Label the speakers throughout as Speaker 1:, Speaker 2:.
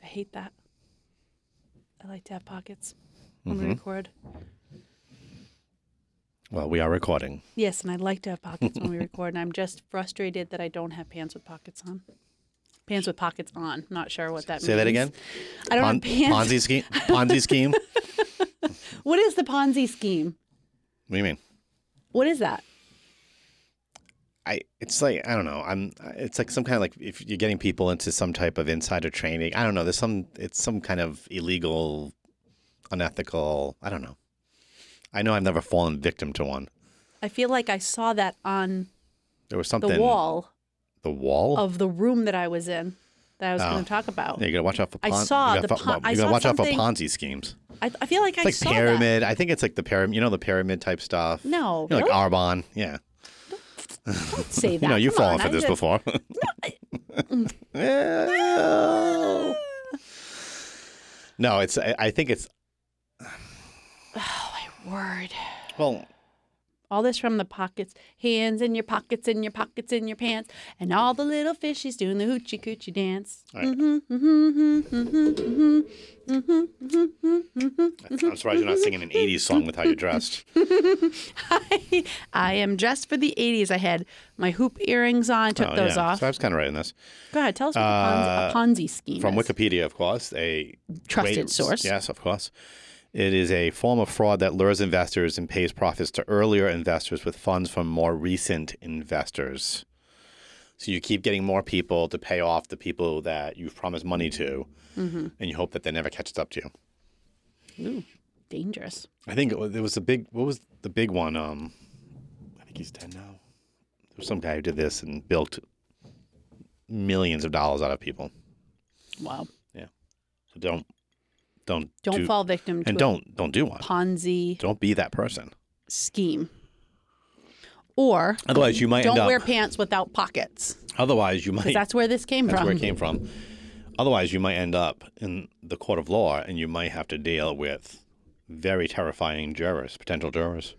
Speaker 1: hate that. I like to have pockets when
Speaker 2: Mm-hmm.
Speaker 1: we record.
Speaker 2: Well, we are recording.
Speaker 1: Yes, and I like to have pockets when we record. And I'm just frustrated that I don't have pants with pockets on. Pants with pockets on. Not sure what that
Speaker 2: Say
Speaker 1: means.
Speaker 2: that again.
Speaker 1: I don't
Speaker 2: Pon-
Speaker 1: have pants.
Speaker 2: Ponzi scheme. Ponzi scheme. what
Speaker 1: What is the Ponzi scheme?
Speaker 2: do you mean?
Speaker 1: What is that?
Speaker 2: I. It's like I don't know. I'm. It's like some kind of like if you're getting people into some type of insider training. I don't know. There's some. It's some kind of illegal, unethical. I don't know. I know I've never fallen victim to one.
Speaker 1: I feel like I saw that on
Speaker 2: There was
Speaker 1: the
Speaker 2: something.
Speaker 1: wall
Speaker 2: The wall.
Speaker 1: of the room that I was in that I was
Speaker 2: Oh.
Speaker 1: going to talk about.
Speaker 2: yeah, you gotta watch out for.
Speaker 1: I
Speaker 2: Pon-
Speaker 1: saw
Speaker 2: you
Speaker 1: the
Speaker 2: gotta, fo-
Speaker 1: pon- I
Speaker 2: you gotta
Speaker 1: saw
Speaker 2: watch out for
Speaker 1: something-
Speaker 2: Ponzi schemes.
Speaker 1: I, I feel like I
Speaker 2: It's
Speaker 1: saw
Speaker 2: like
Speaker 1: that.
Speaker 2: pyramid. I think it's like the pyramid. You know the pyramid type stuff.
Speaker 1: No,
Speaker 2: You know,
Speaker 1: really?
Speaker 2: like Arbon. Yeah.
Speaker 1: Don't say that.
Speaker 2: You know you've
Speaker 1: Come on, I
Speaker 2: fallen for this
Speaker 1: did-
Speaker 2: before. Well, no, it's. I, I think it's.
Speaker 1: Word.
Speaker 2: Well,
Speaker 1: All this from the pockets, hands in your pockets, in your pockets, in your pants, and all the little fishies doing the hoochie coochie dance.
Speaker 2: I'm surprised you're not singing an '80s song with how you're dressed.
Speaker 1: I, am dressed for the 80s. I had my hoop earrings on, took
Speaker 2: Oh,
Speaker 1: those
Speaker 2: yeah.
Speaker 1: off.
Speaker 2: So I was kind of right in this.
Speaker 1: Go ahead, tell us what the Ponzi, a Ponzi scheme
Speaker 2: From
Speaker 1: is.
Speaker 2: Wikipedia, of course, a
Speaker 1: Trusted
Speaker 2: great-
Speaker 1: source.
Speaker 2: Yes, of course. It is a form of fraud that lures investors and pays profits to earlier investors with funds from more recent investors. So you keep getting more people to pay off the people that you've promised money to,
Speaker 1: Mm-hmm.
Speaker 2: and you hope that they never catches up to you.
Speaker 1: Ooh, dangerous.
Speaker 2: I think it was, there was a big. What was the big one? Um, I think he's dead now. There was some guy who did this and built millions of dollars out of people.
Speaker 1: Wow.
Speaker 2: So don't, don't,
Speaker 1: Don't
Speaker 2: do-
Speaker 1: fall victim to
Speaker 2: and
Speaker 1: a
Speaker 2: don't, don't do one.
Speaker 1: Ponzi
Speaker 2: Don't be that person.
Speaker 1: scheme. Or
Speaker 2: Otherwise, you might end
Speaker 1: don't
Speaker 2: up.
Speaker 1: wear pants without pockets.
Speaker 2: otherwise, you might.
Speaker 1: That's where this came
Speaker 2: that's
Speaker 1: from.
Speaker 2: where it came from. Otherwise, you might end up in the court of law, and you might have to deal with very terrifying jurors, potential jurors.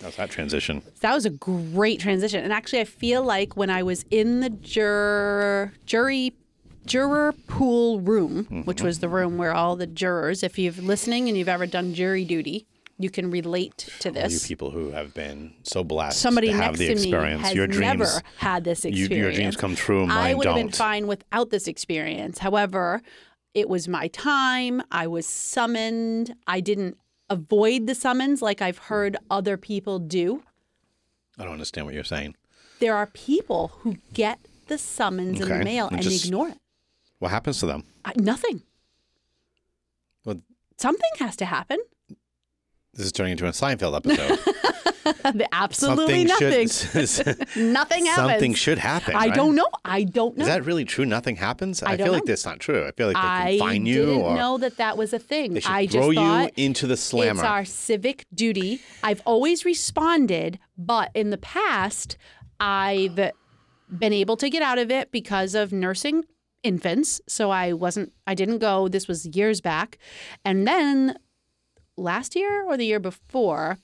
Speaker 2: How's that transition?
Speaker 1: That was a great transition. And actually, I feel like when I was in the juror, jury, juror pool room, which was the room where all the jurors, if you're listening and you've ever done jury duty, you can relate to
Speaker 2: you
Speaker 1: this.
Speaker 2: people who have been so blessed
Speaker 1: Somebody
Speaker 2: to
Speaker 1: next
Speaker 2: have the
Speaker 1: to me
Speaker 2: experience.
Speaker 1: has
Speaker 2: your dreams,
Speaker 1: never had this
Speaker 2: you-
Speaker 1: experience.
Speaker 2: your dreams come true.
Speaker 1: I
Speaker 2: Mine
Speaker 1: would have
Speaker 2: don't.
Speaker 1: been fine without this experience. However, it was my time. I was summoned. I didn't avoid the summons like I've heard other people do.
Speaker 2: I don't understand what you're saying.
Speaker 1: there are people who get the summons in
Speaker 2: Okay,
Speaker 1: the mail
Speaker 2: and
Speaker 1: and
Speaker 2: just-
Speaker 1: ignore it.
Speaker 2: What happens to them?
Speaker 1: I, nothing.
Speaker 2: Well,
Speaker 1: Something has to happen.
Speaker 2: this is turning into a Seinfeld episode.
Speaker 1: Absolutely nothing.
Speaker 2: Should,
Speaker 1: nothing happens.
Speaker 2: something should happen.
Speaker 1: I
Speaker 2: right?
Speaker 1: don't know. I don't know.
Speaker 2: Is that really true? Nothing happens. I,
Speaker 1: don't
Speaker 2: feel like
Speaker 1: know.
Speaker 2: that's not true. I feel like they can
Speaker 1: I
Speaker 2: fine you
Speaker 1: didn't
Speaker 2: or
Speaker 1: know that that was a thing.
Speaker 2: they should
Speaker 1: I
Speaker 2: throw
Speaker 1: just thought
Speaker 2: you into the slammer.
Speaker 1: It's our civic duty. I've always responded, but in the past, I've been able to get out of it because of nursing infants. So I wasn't, I didn't go. This was years back. And then last year or the year before,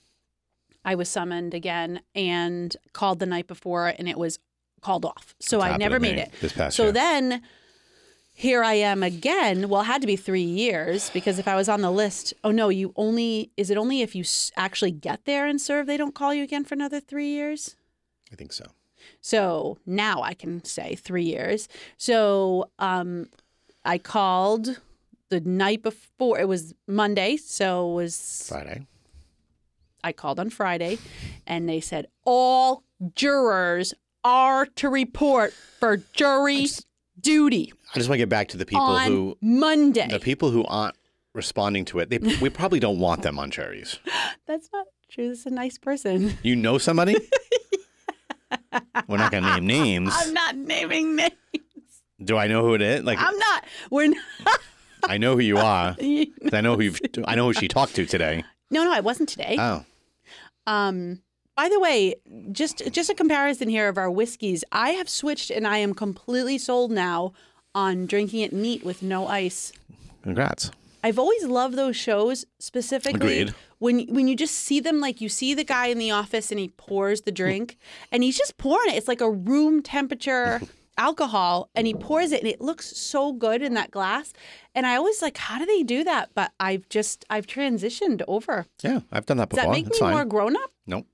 Speaker 1: I was summoned again and called the night before, and it was called off. So
Speaker 2: It's
Speaker 1: I
Speaker 2: happened
Speaker 1: never
Speaker 2: to
Speaker 1: made
Speaker 2: me
Speaker 1: it.
Speaker 2: this past
Speaker 1: so
Speaker 2: year.
Speaker 1: then here I am again. Well, it had to be three years because if I was on the list, oh no, you only, is it only if you s- actually get there and serve, they don't call you again for another three years?
Speaker 2: I think so.
Speaker 1: So now I can say three years. So um, I called the night before, it was Monday. So it was
Speaker 2: Friday.
Speaker 1: I called on Friday and they said all jurors are to report for jury duty
Speaker 2: I just want to get back to the people
Speaker 1: on
Speaker 2: who
Speaker 1: Monday.
Speaker 2: the people who aren't responding to it. They, we probably don't want them on juries.
Speaker 1: That's not true. This is a nice person.
Speaker 2: You know somebody? We're not gonna name names.
Speaker 1: I'm not naming names.
Speaker 2: Do I know who it is? Like
Speaker 1: I'm not. We're not.
Speaker 2: I know who you are.
Speaker 1: no,
Speaker 2: 'cause I know who you've, I know who she talked to today.
Speaker 1: no, I wasn't today.
Speaker 2: Oh,
Speaker 1: Um, by the way, just just a comparison here of our whiskeys. I have switched and I am completely sold now on drinking it neat with no ice.
Speaker 2: congrats.
Speaker 1: I've always loved those shows specifically
Speaker 2: Agreed.
Speaker 1: when when you just see them like you see the guy in the office and he pours the drink and he's just pouring it. It's like a room temperature. alcohol and he pours it and it looks so good in that glass. And I always like, how do they do that? But I've just I've transitioned over.
Speaker 2: Yeah, I've done that
Speaker 1: Does
Speaker 2: before.
Speaker 1: that make
Speaker 2: it's
Speaker 1: me
Speaker 2: fine.
Speaker 1: more grown up?
Speaker 2: Nope.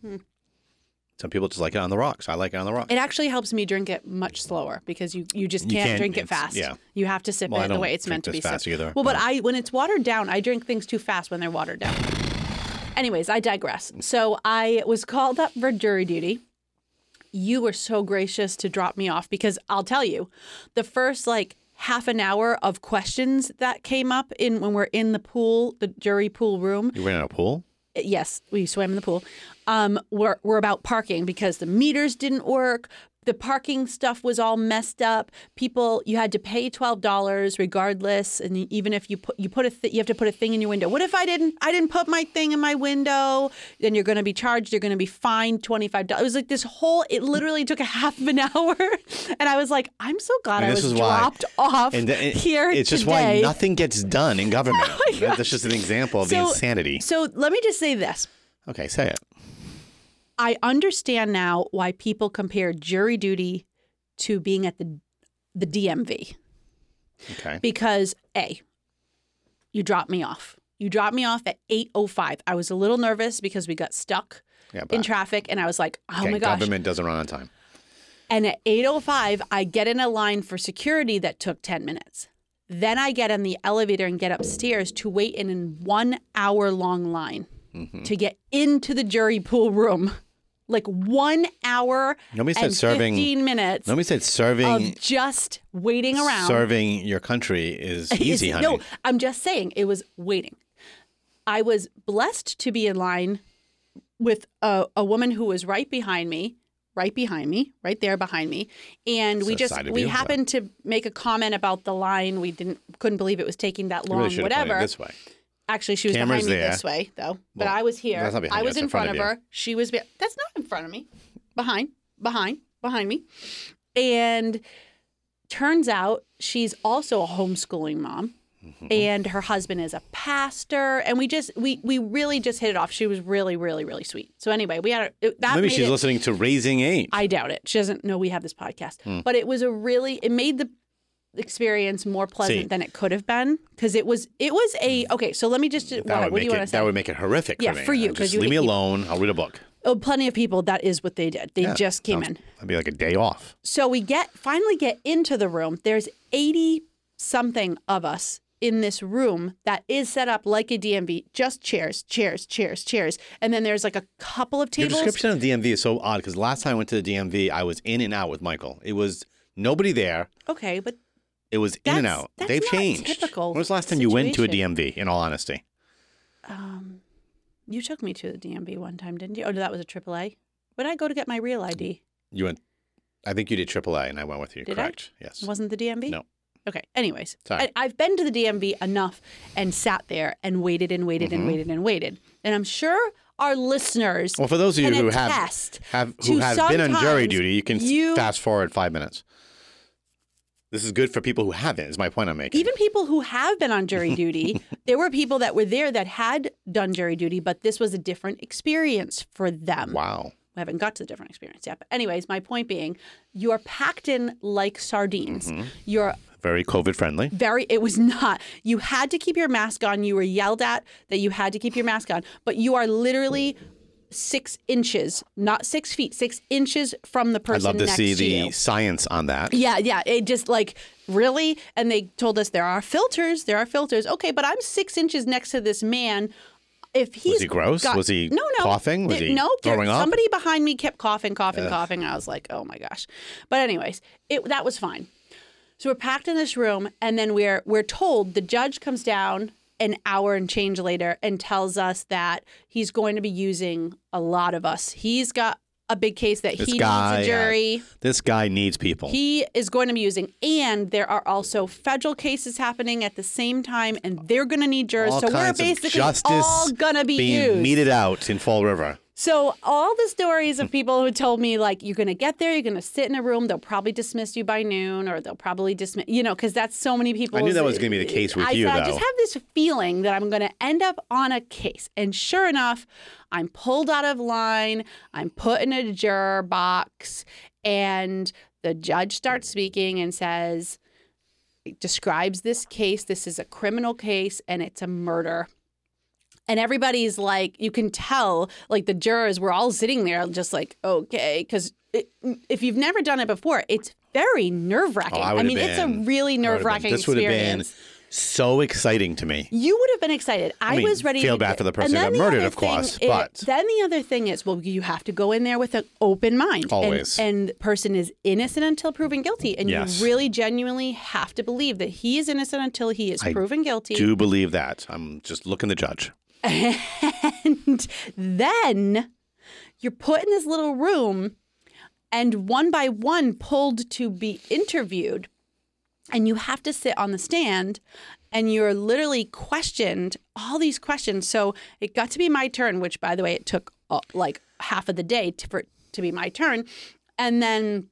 Speaker 1: Hmm.
Speaker 2: Some people just like it on the rocks. I like it on the rocks.
Speaker 1: It actually helps me drink it much slower because you, you just
Speaker 2: You
Speaker 1: can't
Speaker 2: can't-
Speaker 1: drink it
Speaker 2: it's-
Speaker 1: fast.
Speaker 2: yeah.
Speaker 1: You have to sip
Speaker 2: Well, I
Speaker 1: it the
Speaker 2: don't
Speaker 1: way it's
Speaker 2: drink
Speaker 1: meant to be
Speaker 2: this fast
Speaker 1: sipped.
Speaker 2: either,
Speaker 1: Well, but
Speaker 2: no.
Speaker 1: I when it's watered down, I drink things too fast when they're watered down. Anyways, I digress. So I was called up for jury duty. You were so gracious to drop me off because I'll tell you, the first like half an hour of questions that came up in when we're in the pool, the jury pool room,
Speaker 2: you were in a pool?
Speaker 1: yes, we swam in the pool. Um, we're, we're about parking because the meters didn't work. The parking stuff was all messed up. People, you had to pay twelve dollars regardless, and even if you put you put a th- you have to put a thing in your window. What if I didn't I didn't put my thing in my window? Then you're going to be charged. You're going to be fined twenty five dollars. It was like this whole. It literally took a half of an hour, and I was like, I'm so glad
Speaker 2: And
Speaker 1: I
Speaker 2: this
Speaker 1: was
Speaker 2: is why-
Speaker 1: dropped off
Speaker 2: And th- it-
Speaker 1: here
Speaker 2: It's just
Speaker 1: today. Oh
Speaker 2: why nothing gets done in government. That's just an example of the
Speaker 1: So-
Speaker 2: insanity.
Speaker 1: So let me just say this.
Speaker 2: Okay, say it.
Speaker 1: I understand now why people compare jury duty to being at the the DMV
Speaker 2: Okay.
Speaker 1: because a you dropped me off. You dropped me off at 8:05. I was a little nervous because we got stuck
Speaker 2: Yeah,
Speaker 1: in
Speaker 2: but
Speaker 1: traffic and I was like, "Oh
Speaker 2: okay,
Speaker 1: my gosh."
Speaker 2: government doesn't run on time.
Speaker 1: And at 8:05, I get in a line for security that took 10 minutes. Then I get in the elevator and get upstairs to wait in an 1 hour long line
Speaker 2: Mm-hmm.
Speaker 1: to get into the jury pool room. Like 1 hour
Speaker 2: Nobody said
Speaker 1: and
Speaker 2: serving-
Speaker 1: 15 minutes
Speaker 2: Nobody said
Speaker 1: of
Speaker 2: serving
Speaker 1: just waiting around.
Speaker 2: serving your country is easy,
Speaker 1: It's-
Speaker 2: honey.
Speaker 1: No, I'm just saying it was waiting. I was blessed to be in line with a, a woman who was right behind me, right behind me, right there behind me, and we
Speaker 2: a
Speaker 1: just
Speaker 2: side of
Speaker 1: we
Speaker 2: you, but-
Speaker 1: happened to make a comment about the line. We didn't couldn't believe it was taking that
Speaker 2: You
Speaker 1: long.
Speaker 2: really should have
Speaker 1: whatever.
Speaker 2: pointed this way.
Speaker 1: Actually, she was
Speaker 2: Camera's
Speaker 1: behind me
Speaker 2: there.
Speaker 1: this way though, but
Speaker 2: Well,
Speaker 1: I was here.
Speaker 2: that's not behind
Speaker 1: I
Speaker 2: you,
Speaker 1: was
Speaker 2: that's
Speaker 1: in,
Speaker 2: in
Speaker 1: front,
Speaker 2: front
Speaker 1: of
Speaker 2: of
Speaker 1: her. She was be- that's not in front of me. Behind, behind, behind me, and turns out she's also a homeschooling mom
Speaker 2: Mm-hmm.
Speaker 1: and her husband is a pastor and we just we we really just hit it off she was really really really sweet so anyway we had a, it- that
Speaker 2: Maybe
Speaker 1: made
Speaker 2: she's
Speaker 1: it,
Speaker 2: listening to Raising Eight.
Speaker 1: i doubt it she doesn't know we have this podcast
Speaker 2: Hmm.
Speaker 1: but it was a really it made the experience more pleasant
Speaker 2: See. Hmm.
Speaker 1: than it could have been because it was it was a okay so let me just
Speaker 2: that
Speaker 1: what,
Speaker 2: would
Speaker 1: what do
Speaker 2: make
Speaker 1: you want
Speaker 2: it
Speaker 1: to say
Speaker 2: that would make it horrific
Speaker 1: Yeah,
Speaker 2: for me.
Speaker 1: for you, 'cause
Speaker 2: Just
Speaker 1: you
Speaker 2: leave me
Speaker 1: hate people.
Speaker 2: alone. I'll read a book.
Speaker 1: oh plenty of people that is what they did they
Speaker 2: Yeah,
Speaker 1: just came
Speaker 2: sounds-
Speaker 1: in
Speaker 2: That'd be like a day off.
Speaker 1: So we get finally get into the room. There's 80 something of us in this room that is set up like a DMV, just chairs, chairs, chairs, chairs. And then there's like a couple of
Speaker 2: Your
Speaker 1: tables.
Speaker 2: description of DMV is so odd because last time I went to the DMV, I was in and out with Michael. It was nobody there.
Speaker 1: Okay, but
Speaker 2: It was in and
Speaker 1: That's-
Speaker 2: out.
Speaker 1: that's
Speaker 2: They've
Speaker 1: not
Speaker 2: changed.
Speaker 1: typical
Speaker 2: When was the last time you went to a
Speaker 1: situation.
Speaker 2: DMV? In all honesty,
Speaker 1: um, you took me to the DMV one time, didn't you? Oh, no, that was a AAA. Would I go to get my real ID?
Speaker 2: you went. I think you did AAA, and I went with you.
Speaker 1: Did I?
Speaker 2: correct? Yes.
Speaker 1: It wasn't the DMV?
Speaker 2: No.
Speaker 1: Okay. Anyways,
Speaker 2: Sorry.
Speaker 1: I, I've been to the DMV enough and sat there and waited and waited and waited and waited. And I'm sure our listeners
Speaker 2: Mm-hmm. Well, for those of you
Speaker 1: can
Speaker 2: who have
Speaker 1: attest
Speaker 2: have
Speaker 1: to
Speaker 2: who have been on jury
Speaker 1: sometimes
Speaker 2: duty, you can s-
Speaker 1: you-
Speaker 2: fast forward five minutes. This is good for people who haven't. Is my point I'm making.
Speaker 1: even people who have been on jury duty, there were people that were there that had done jury duty, but this was a different experience for them.
Speaker 2: wow.
Speaker 1: We haven't got to the different experience yet. But, anyways, my point being, you're packed in like sardines.
Speaker 2: Mm-hmm.
Speaker 1: You're
Speaker 2: Very COVID friendly.
Speaker 1: very, it was not. You had to keep your mask on. You were yelled at that you had to keep your mask on, but you are literally six inches, not six feet, six inches from the
Speaker 2: I'd
Speaker 1: person
Speaker 2: love to
Speaker 1: next
Speaker 2: see
Speaker 1: to
Speaker 2: the
Speaker 1: you.
Speaker 2: science on that.
Speaker 1: Yeah, yeah. It just like really, and they told us there are filters. There are filters. Okay, but I'm six inches next to this man. If he's
Speaker 2: he gross?
Speaker 1: got-
Speaker 2: Was he
Speaker 1: no no
Speaker 2: coughing? Was
Speaker 1: Th-
Speaker 2: he
Speaker 1: no there-
Speaker 2: throwing up?
Speaker 1: Somebody behind me kept coughing, coughing, coughing. I was like, oh my gosh. But anyways, it that was fine. So we're packed in this room, and then we're we're told the judge comes down an hour and change later and tells us that he's going to be using a lot of us. He's got a big case that
Speaker 2: This
Speaker 1: he
Speaker 2: guy uh, has-
Speaker 1: needs a jury.
Speaker 2: This guy needs people.
Speaker 1: He is going to be using, and there are also federal cases happening at the same time, and they're going to need jurors.
Speaker 2: all
Speaker 1: so we're
Speaker 2: kinds of
Speaker 1: basically
Speaker 2: justice
Speaker 1: all going to be
Speaker 2: being
Speaker 1: used.
Speaker 2: meted out in Fall River.
Speaker 1: So all the stories of people who told me like you're going to get there, you're going to sit in a room, they'll probably dismiss you by noon, or they'll probably dismiss you know because that's so many people.
Speaker 2: I knew that was gonna be the case with
Speaker 1: I,
Speaker 2: you,
Speaker 1: said, I just
Speaker 2: though.
Speaker 1: have this feeling that I'm going to end up on a case, and sure enough, I'm pulled out of line. I'm put in a juror box, and The judge starts speaking and says, it describes this case. This is a criminal case and it's a murder. And everybody's like, you can tell, like the jurors were all sitting there, just like, okay, because if you've never done it before, it's very nerve wracking.
Speaker 2: Oh, I
Speaker 1: I,
Speaker 2: would've
Speaker 1: mean, it's a
Speaker 2: been-
Speaker 1: really
Speaker 2: I would've
Speaker 1: nerve
Speaker 2: been-
Speaker 1: wracking
Speaker 2: This would have been
Speaker 1: experience.
Speaker 2: so exciting to me.
Speaker 1: You would have been excited. I,
Speaker 2: mean,
Speaker 1: was ready.
Speaker 2: feel
Speaker 1: to
Speaker 2: bad for the
Speaker 1: and
Speaker 2: person who
Speaker 1: then
Speaker 2: got murdered,
Speaker 1: other
Speaker 2: of course,
Speaker 1: thing
Speaker 2: but-
Speaker 1: is- then the other thing is, well, you have to go in there with an open mind. And-
Speaker 2: Always.
Speaker 1: And, the person is innocent until proven guilty, and
Speaker 2: Yes.
Speaker 1: you really genuinely have to believe that he is innocent until he is proven guilty.
Speaker 2: Do believe that. I'm just looking the judge.
Speaker 1: And then you're put in this little room and one by one pulled to be interviewed. And you have to sit on the stand and you're literally questioned all these questions. So it got to be my turn, which, by the way, it took uh, like half of the day to, for, it to be my turn. And then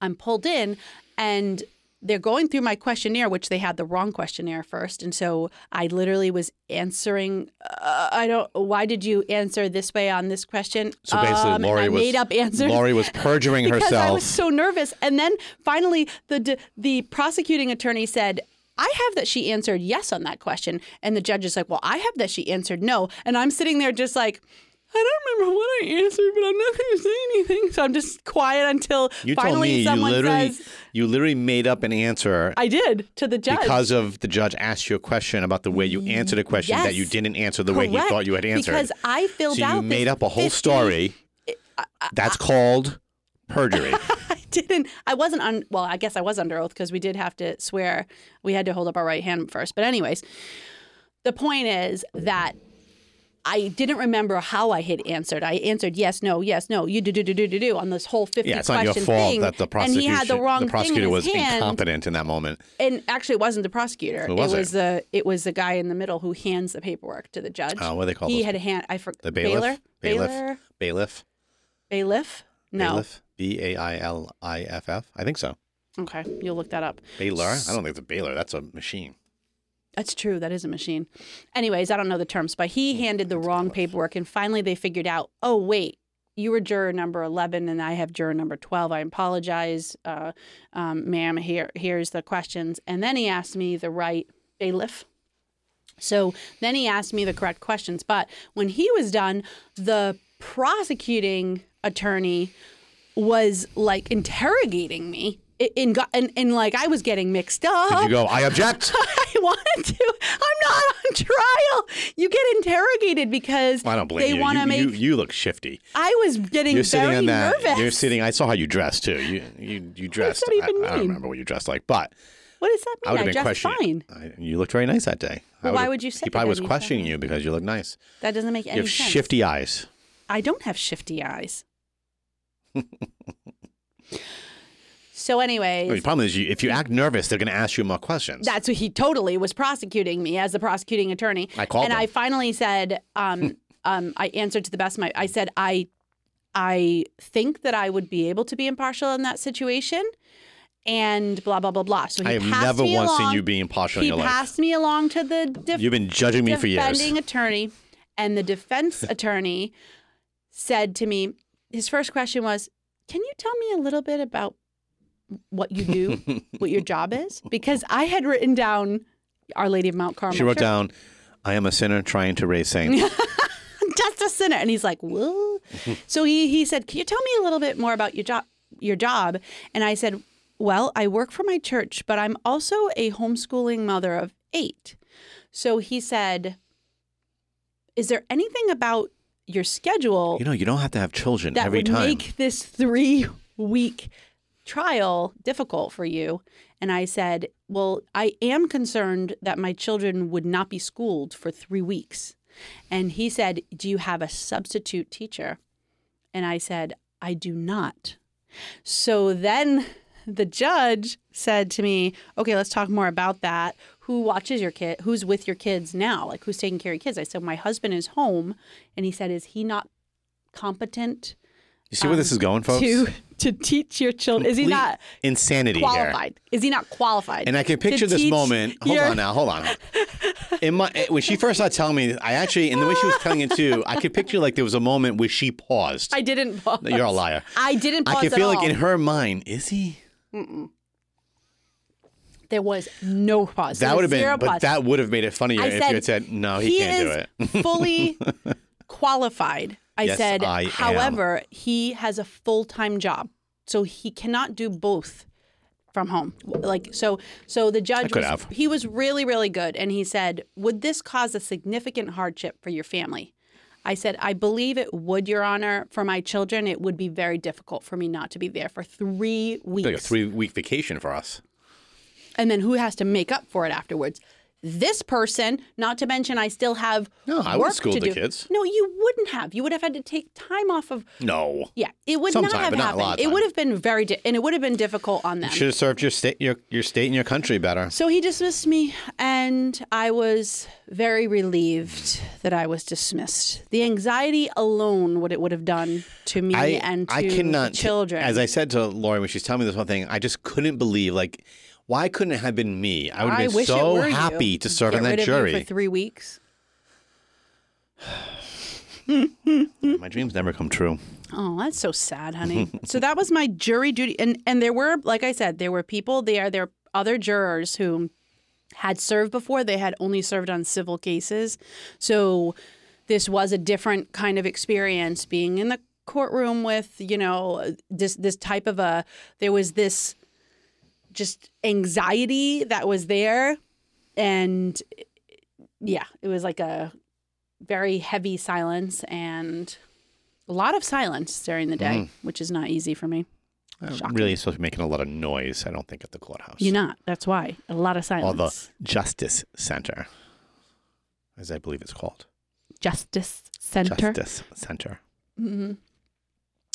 Speaker 1: I'm pulled in and they're going through my questionnaire, which they had the wrong questionnaire first. And so I literally was answering, uh, I don't, why did you answer this way on this question?
Speaker 2: So basically,
Speaker 1: Um, and
Speaker 2: Lori
Speaker 1: I
Speaker 2: was
Speaker 1: made up answers
Speaker 2: Lori was perjuring
Speaker 1: because
Speaker 2: herself.
Speaker 1: I was so nervous. And then finally, the d- the prosecuting attorney said. I have that she answered yes on that question. And the judge is like, Well, I have that she answered no. And I'm sitting there just like, I don't remember what I answered, but I'm not going to say anything. So I'm just quiet until
Speaker 2: you told
Speaker 1: finally
Speaker 2: me you
Speaker 1: someone
Speaker 2: literally
Speaker 1: says,
Speaker 2: you literally made up an answer
Speaker 1: I did to the judge.
Speaker 2: because of the judge asked you a question about the way you answered a question that you
Speaker 1: Yes.
Speaker 2: didn't answer the way he
Speaker 1: Correct.
Speaker 2: thought you had answered.
Speaker 1: Because I
Speaker 2: so
Speaker 1: filled out
Speaker 2: you
Speaker 1: this
Speaker 2: made up a whole
Speaker 1: 50
Speaker 2: story. That's called perjury.
Speaker 1: I didn't. I wasn't on. Well, I guess I was under oath because we did have to swear. We had to hold up our right hand first. But anyways, the point is that I didn't remember how I had answered. I answered yes, no, yes, no. You do do do do do do on this whole fifty
Speaker 2: yeah, it's not
Speaker 1: question
Speaker 2: your fault
Speaker 1: thing.
Speaker 2: that the
Speaker 1: and he
Speaker 2: prosecution
Speaker 1: had the wrong
Speaker 2: prosecutor
Speaker 1: thing in
Speaker 2: was
Speaker 1: his hand.
Speaker 2: incompetent in that moment.
Speaker 1: And actually, it wasn't the prosecutor.
Speaker 2: Who was it?
Speaker 1: was the it was the guy in the middle who hands the paperwork to the judge.
Speaker 2: Oh, what do they call
Speaker 1: He
Speaker 2: those
Speaker 1: had a hand. I forgot
Speaker 2: The bailiff,
Speaker 1: Bailiff.
Speaker 2: bailiff,
Speaker 1: Bailiff.
Speaker 2: bailiff,
Speaker 1: Bailiff? No.
Speaker 2: bailiff, B A I L I F F. I think so.
Speaker 1: Okay, you'll look that up.
Speaker 2: Baylor. I don't think it's a bailor. That's a machine.
Speaker 1: That's true. That is a machine. Anyways, I don't know the terms, but he handed the wrong paperwork, and finally they figured out. Oh wait, you were juror number eleven, and I have juror number twelve. I apologize, uh, um, ma'am. Here, here's the questions. And then he asked me the right bailiff. So then he asked me the correct questions. But when he was done, the prosecuting attorney was like interrogating me. i- In, go- and, and like I was getting mixed up.
Speaker 2: Did you go? I object.
Speaker 1: I wanted to. I'm not on trial. You get interrogated because
Speaker 2: I don't believe
Speaker 1: they
Speaker 2: you.
Speaker 1: want
Speaker 2: you,
Speaker 1: to make.
Speaker 2: you. You look shifty.
Speaker 1: I was getting
Speaker 2: You're sitting
Speaker 1: very
Speaker 2: on that.
Speaker 1: nervous.
Speaker 2: You're sitting. I saw how you dressed too. You you you dressed.
Speaker 1: that even
Speaker 2: I, I don't
Speaker 1: mean?
Speaker 2: remember what you dressed like, but
Speaker 1: What does that
Speaker 2: I
Speaker 1: mean?
Speaker 2: would have been
Speaker 1: dressed
Speaker 2: questioning.
Speaker 1: fine.
Speaker 2: I, you looked very nice that day. I
Speaker 1: Well,
Speaker 2: would've-
Speaker 1: why would you say
Speaker 2: He probably
Speaker 1: that
Speaker 2: was
Speaker 1: when you saw
Speaker 2: questioning you because you look nice.
Speaker 1: That doesn't make any
Speaker 2: You have
Speaker 1: sense.
Speaker 2: shifty eyes.
Speaker 1: I don't have shifty eyes. so,
Speaker 2: I mean, the
Speaker 1: anyways,
Speaker 2: problem is, you, if you act nervous, they're going to ask you more questions.
Speaker 1: that's what he totally was prosecuting me as the prosecuting attorney.
Speaker 2: I called
Speaker 1: and
Speaker 2: him.
Speaker 1: I finally said, um, um, I answered to the best of my. I said, I, I think that I would be able to be impartial in that situation, and blah blah blah blah. So he
Speaker 2: I have
Speaker 1: passed
Speaker 2: never
Speaker 1: me
Speaker 2: once
Speaker 1: along.
Speaker 2: seen you be impartial in
Speaker 1: He
Speaker 2: your life.
Speaker 1: passed me along to the def-
Speaker 2: You've been judging me for years.
Speaker 1: defending attorney, and the defense attorney said to me, his first question was, "Can you tell me a little bit about what you do, what your job is?" Because I had written down Our Lady of Mount Carmel.
Speaker 2: She wrote
Speaker 1: Church.
Speaker 2: down, "I am a sinner trying to raise saints."
Speaker 1: just a sinner. And he's like, whoa. so he, he said, can you tell me a little bit more about your job, your job? And I said, well, I work for my church, but I'm also a homeschooling mother of eight. So he said, is there anything about your schedule
Speaker 2: you know, you don't have to have children
Speaker 1: that
Speaker 2: every
Speaker 1: would
Speaker 2: time.
Speaker 1: make this three week trial difficult for you? And I said, Well, I am concerned that my children would not be schooled for three weeks. And he said, Do you have a substitute teacher? And I said, I do not. So then the judge said to me, Okay, let's talk more about that. Who watches your kid? Who's with your kids now? Like, who's taking care of your kids? I said, My husband is home. And he said, Is he not competent
Speaker 2: you see where this is going, folks?
Speaker 1: to to teach your children? Is he
Speaker 2: Complete
Speaker 1: not
Speaker 2: insanity here?
Speaker 1: qualified? Is he not qualified?
Speaker 2: And I can
Speaker 1: to
Speaker 2: picture this
Speaker 1: teach
Speaker 2: moment. Hold
Speaker 1: your-
Speaker 2: on now, hold on. in my eh, when she first started telling me, I actually and the way she was telling it too, I could picture like there was a moment where she paused.
Speaker 1: I didn't pause.
Speaker 2: You're a liar.
Speaker 1: I didn't pause
Speaker 2: I could
Speaker 1: at
Speaker 2: feel
Speaker 1: all.
Speaker 2: like in her mind, is he?
Speaker 1: there was no pause. There
Speaker 2: That would
Speaker 1: was
Speaker 2: have been,
Speaker 1: zero
Speaker 2: but
Speaker 1: pause.
Speaker 2: that would have made it funnier
Speaker 1: I
Speaker 2: if you had said, "No, he, can't do
Speaker 1: is
Speaker 2: it."
Speaker 1: fully qualified. I
Speaker 2: Yes,
Speaker 1: said,
Speaker 2: I am.
Speaker 1: however, he has a full time job, so he cannot do both from home. Like so, so the judge
Speaker 2: could
Speaker 1: was,
Speaker 2: have.
Speaker 1: he was really really good, and he said, would this cause a significant hardship for your family? I said, I believe it would, Your Honor. For my children, it would be very difficult for me not to be there for three weeks.
Speaker 2: Like a three-week vacation for us.
Speaker 1: and then who has to make up for it afterwards? This person, not to mention, I still have
Speaker 2: No, I
Speaker 1: work
Speaker 2: would school
Speaker 1: to
Speaker 2: the
Speaker 1: do.
Speaker 2: kids.
Speaker 1: No, you wouldn't have. You would have had to take time off of.
Speaker 2: No,
Speaker 1: Yeah, it would
Speaker 2: Sometime,
Speaker 1: not have
Speaker 2: but not a
Speaker 1: happened.
Speaker 2: lot of
Speaker 1: it
Speaker 2: time.
Speaker 1: would have been very, di- and it would have been difficult on them.
Speaker 2: should have served your state, your your state and your country better.
Speaker 1: So he dismissed me, and I was very relieved that I was dismissed. The anxiety alone, what it would have done to me and to
Speaker 2: I cannot
Speaker 1: the children.
Speaker 2: As I said to Lori when she's telling me this one thing, I just couldn't believe like why couldn't it have been me? I would
Speaker 1: I
Speaker 2: have been
Speaker 1: wish it
Speaker 2: so
Speaker 1: were you.
Speaker 2: happy to serve
Speaker 1: Get
Speaker 2: on that
Speaker 1: rid of you
Speaker 2: jury.
Speaker 1: for three weeks.
Speaker 2: My dreams never come true.
Speaker 1: Oh, that's so sad, honey. so that was my jury duty, and and there were, like I said, there were people there. There were other jurors who had served before. They had only served on civil cases, so this was a different kind of experience being in the courtroom with you know this this type of a. There was this just anxiety that was there, and yeah, it was like a very heavy silence and a lot of silence during the
Speaker 2: Mm.
Speaker 1: day, which is not easy for me.
Speaker 2: I'm really supposed to be making a lot of noise, I don't think, at the courthouse.
Speaker 1: You're not. That's why a lot of
Speaker 2: or
Speaker 1: silence.
Speaker 2: the Justice Center, as I believe it's called.
Speaker 1: Justice Center. Mm-hmm.
Speaker 2: Justice Center.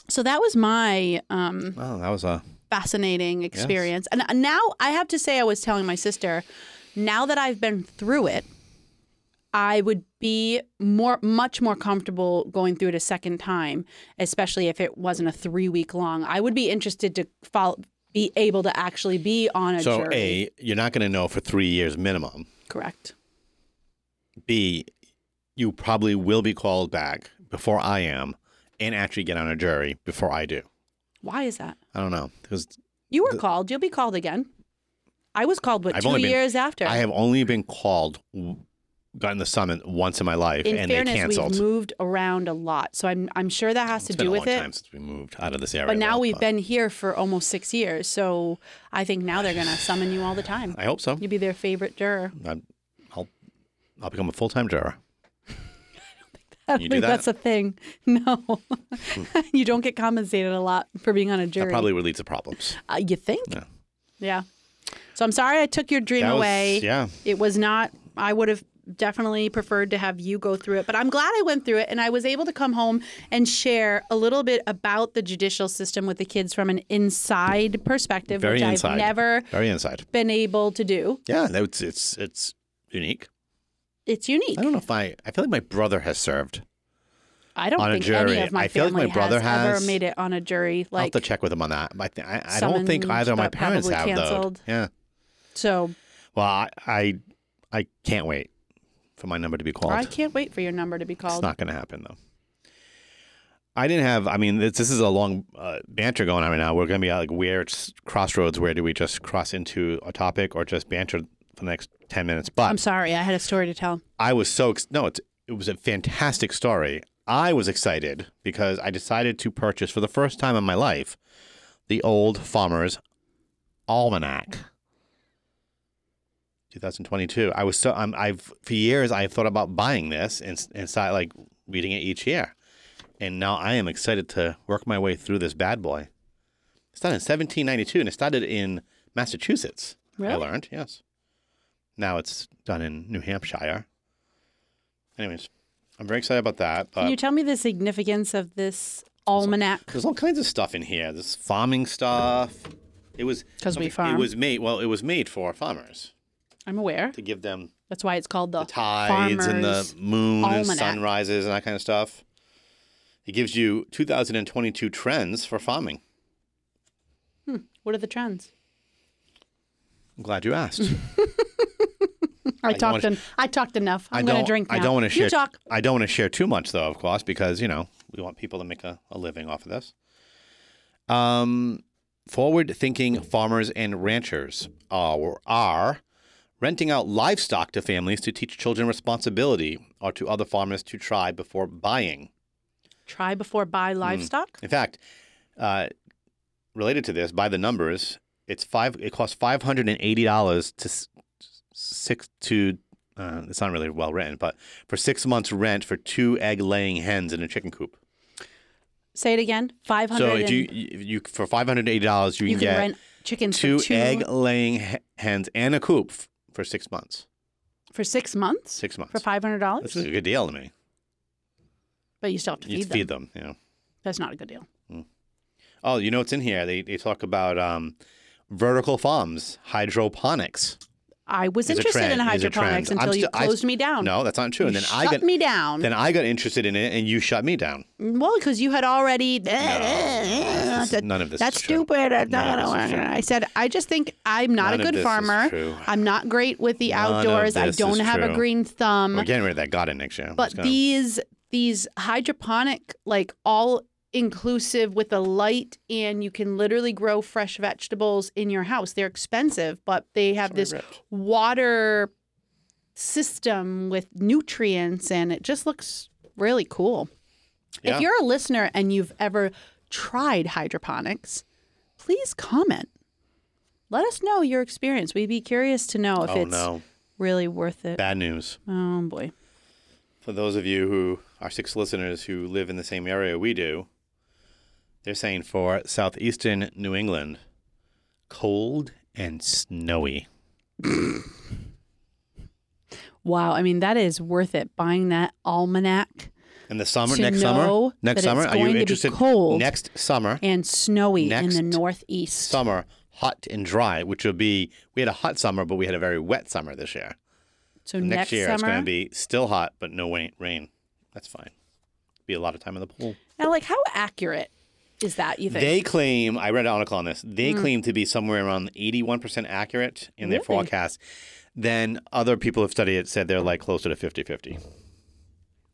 Speaker 1: So that was my um,
Speaker 2: Oh, that was a
Speaker 1: fascinating experience. And uh, now I have to say, I was telling my sister, now that I've been through it, I would be more, much more comfortable going through it a second time, especially if it wasn't a three week long. I would be interested to follow, be able to actually be on a
Speaker 2: so
Speaker 1: jury.
Speaker 2: a. You're not going to know for three years minimum.
Speaker 1: Correct.
Speaker 2: B, you probably will be called back before I am, and actually get on a jury before I do.
Speaker 1: Why is that?
Speaker 2: I don't know because
Speaker 1: You were called. You'll be called again. I was called, what,
Speaker 2: I've
Speaker 1: two
Speaker 2: only been-
Speaker 1: years after?
Speaker 2: I have only been called, w- gotten the summons once in my life,
Speaker 1: In
Speaker 2: and they
Speaker 1: fairness,
Speaker 2: canceled.
Speaker 1: we've moved around a lot. So I'm, I'm sure that has
Speaker 2: it's
Speaker 1: to
Speaker 2: been
Speaker 1: do
Speaker 2: a
Speaker 1: with
Speaker 2: long
Speaker 1: it.
Speaker 2: time since we moved out of this area.
Speaker 1: But now
Speaker 2: though,
Speaker 1: we've been here for almost six years. So I think now they're going to summon you all the time.
Speaker 2: I hope so.
Speaker 1: You'll be their favorite juror.
Speaker 2: I'm, I'll, I'll become a full time juror.
Speaker 1: I don't
Speaker 2: You do
Speaker 1: think
Speaker 2: that?
Speaker 1: that's a thing. No. you don't get compensated a lot for being on a jury.
Speaker 2: That probably would lead to problems.
Speaker 1: uh, you think?
Speaker 2: Yeah.
Speaker 1: Yeah. So I'm sorry I took your dream
Speaker 2: That was-
Speaker 1: away.
Speaker 2: yeah.
Speaker 1: It was not, I would have definitely preferred to have you go through it, but I'm glad I went through it and I was able to come home and share a little bit about the judicial system with the kids from an inside perspective,
Speaker 2: Very
Speaker 1: which
Speaker 2: inside.
Speaker 1: I've never
Speaker 2: Very inside.
Speaker 1: been able to do.
Speaker 2: Yeah, that's it's it's unique.
Speaker 1: It's unique.
Speaker 2: I don't know if I. I feel like my brother has served.
Speaker 1: I don't
Speaker 2: on a
Speaker 1: think
Speaker 2: jury.
Speaker 1: any of my
Speaker 2: I feel like
Speaker 1: family
Speaker 2: my brother
Speaker 1: ever
Speaker 2: has.
Speaker 1: made it on a jury.
Speaker 2: I'll have
Speaker 1: Like
Speaker 2: to check with him on that. I, th- I, I don't think
Speaker 1: Summoned,
Speaker 2: either of my
Speaker 1: but
Speaker 2: parents have
Speaker 1: probably
Speaker 2: though.
Speaker 1: canceled.
Speaker 2: Yeah.
Speaker 1: so,
Speaker 2: Well, I, I I can't wait for my number to be called.
Speaker 1: I can't wait for your number to be
Speaker 2: It's
Speaker 1: called.
Speaker 2: not going to happen though. I didn't have. I mean, this, this is a long uh, banter going on right now. We're going to be at like where it's crossroads. Where do we just cross into a topic or just banter for the next ten minutes? But
Speaker 1: I'm sorry, I had a story to tell.
Speaker 2: I was so ex- no, it's it was a fantastic story. I was excited because I decided to purchase for the first time in my life the old Farmer's Almanac. 2022. I was so I'm, I've for years I've thought about buying this and s- and started like reading it each year, and now I am excited to work my way through this bad boy. It started in 1792 and it started in Massachusetts. I
Speaker 1: Really?
Speaker 2: learned yes. Now it's done in New Hampshire. Anyways, I'm very excited about that. But
Speaker 1: Can you tell me the significance of this almanac?
Speaker 2: there's all kinds of stuff in here. There's farming stuff. It was
Speaker 1: 'Cause we
Speaker 2: something-
Speaker 1: farm.
Speaker 2: It was made well. It was made for farmers
Speaker 1: I'm aware.
Speaker 2: to give them
Speaker 1: That's why it's called the,
Speaker 2: tides and the
Speaker 1: farmer's-
Speaker 2: moon and
Speaker 1: Almanac.
Speaker 2: sunrises and that kind of stuff. It gives you 2022 trends for farming.
Speaker 1: What are the trends?
Speaker 2: I'm glad you asked.
Speaker 1: I
Speaker 2: don't
Speaker 1: talked. en- I talked enough. I'm
Speaker 2: I
Speaker 1: going
Speaker 2: don't-
Speaker 1: to drink now.
Speaker 2: I don't want to share.
Speaker 1: You talk.
Speaker 2: I don't want to share too much, though, of course, because you know we want people to make a, a living off of this. Um, forward-thinking farmers and ranchers are, are renting out livestock to families to teach children responsibility, or to other farmers to try before buying.
Speaker 1: Try before buy
Speaker 2: Mm.
Speaker 1: livestock.
Speaker 2: In fact, uh, related to this, by the numbers, it's five. It costs five hundred and eighty dollars to s- six to. Uh, it's not really well written, but for six months' rent for two egg-laying hens in a chicken coop.
Speaker 1: Say it again. Five hundred.
Speaker 2: So if you, if you for five hundred eighty dollars, you,
Speaker 1: you can
Speaker 2: get
Speaker 1: rent chickens
Speaker 2: two,
Speaker 1: for two
Speaker 2: egg-laying he- hens and a coop f- for six months.
Speaker 1: for six months.
Speaker 2: Six months.
Speaker 1: for five hundred
Speaker 2: That's
Speaker 1: dollars.
Speaker 2: a good deal to me.
Speaker 1: But you still have to
Speaker 2: You
Speaker 1: feed
Speaker 2: feed,
Speaker 1: them.
Speaker 2: feed them. You know.
Speaker 1: That's not a good deal.
Speaker 2: Oh, you know what's in here? They they talk about um, vertical farms, hydroponics.
Speaker 1: I was
Speaker 2: It's a
Speaker 1: interested in
Speaker 2: trend. It's a trend.
Speaker 1: hydroponics
Speaker 2: I'm
Speaker 1: until you
Speaker 2: still- I-
Speaker 1: closed me down.
Speaker 2: No, that's not true. And
Speaker 1: You
Speaker 2: then I
Speaker 1: shut
Speaker 2: got
Speaker 1: me down.
Speaker 2: then I got interested in it, and you shut me down.
Speaker 1: Well, because you had already.
Speaker 2: this is- none of this
Speaker 1: eh, That's
Speaker 2: is true.
Speaker 1: stupid. I,
Speaker 2: None of this is true.
Speaker 1: I said, I just think I'm not
Speaker 2: None
Speaker 1: a
Speaker 2: of
Speaker 1: good
Speaker 2: this is
Speaker 1: farmer.
Speaker 2: true.
Speaker 1: I'm not great with the
Speaker 2: None of
Speaker 1: outdoors. I
Speaker 2: this
Speaker 1: don't
Speaker 2: is
Speaker 1: have a
Speaker 2: true.
Speaker 1: green thumb.
Speaker 2: We're getting rid of that. Got it next year.
Speaker 1: Um, but these these hydroponic, like all inclusive with a light, and you can literally grow fresh vegetables in your house. They're expensive, but they have this water system with nutrients and it just looks really cool.
Speaker 2: Yeah.
Speaker 1: If you're a listener and you've ever tried hydroponics, please comment. Let us know your experience. We'd be curious to know if
Speaker 2: oh
Speaker 1: it's
Speaker 2: no,
Speaker 1: really worth it.
Speaker 2: bad news
Speaker 1: Oh boy.
Speaker 2: for those of you who are six listeners who live in the same area we do. They're saying for southeastern New England, cold and snowy.
Speaker 1: Wow. I mean, that is worth it buying that almanac
Speaker 2: And the summer
Speaker 1: To
Speaker 2: next
Speaker 1: know
Speaker 2: summer, next
Speaker 1: that it's
Speaker 2: summer, are
Speaker 1: going to
Speaker 2: you
Speaker 1: be
Speaker 2: interested?
Speaker 1: cold.
Speaker 2: Next summer,
Speaker 1: and snowy in
Speaker 2: Next
Speaker 1: the Northeast.
Speaker 2: summer hot and dry, which will be we had a hot summer, but we had a very wet summer this year.
Speaker 1: so
Speaker 2: next,
Speaker 1: next,
Speaker 2: year it's
Speaker 1: summer.
Speaker 2: going to be still hot but no wa- rain. That's fine. Be a lot of time in the pool.
Speaker 1: now, like, how accurate is that, you think? Mm.
Speaker 2: They claim I read an article on this. They claim to be somewhere around eighty-one percent accurate in their
Speaker 1: Really?
Speaker 2: forecast. Then other people who've studied it said they're like closer to 50-50,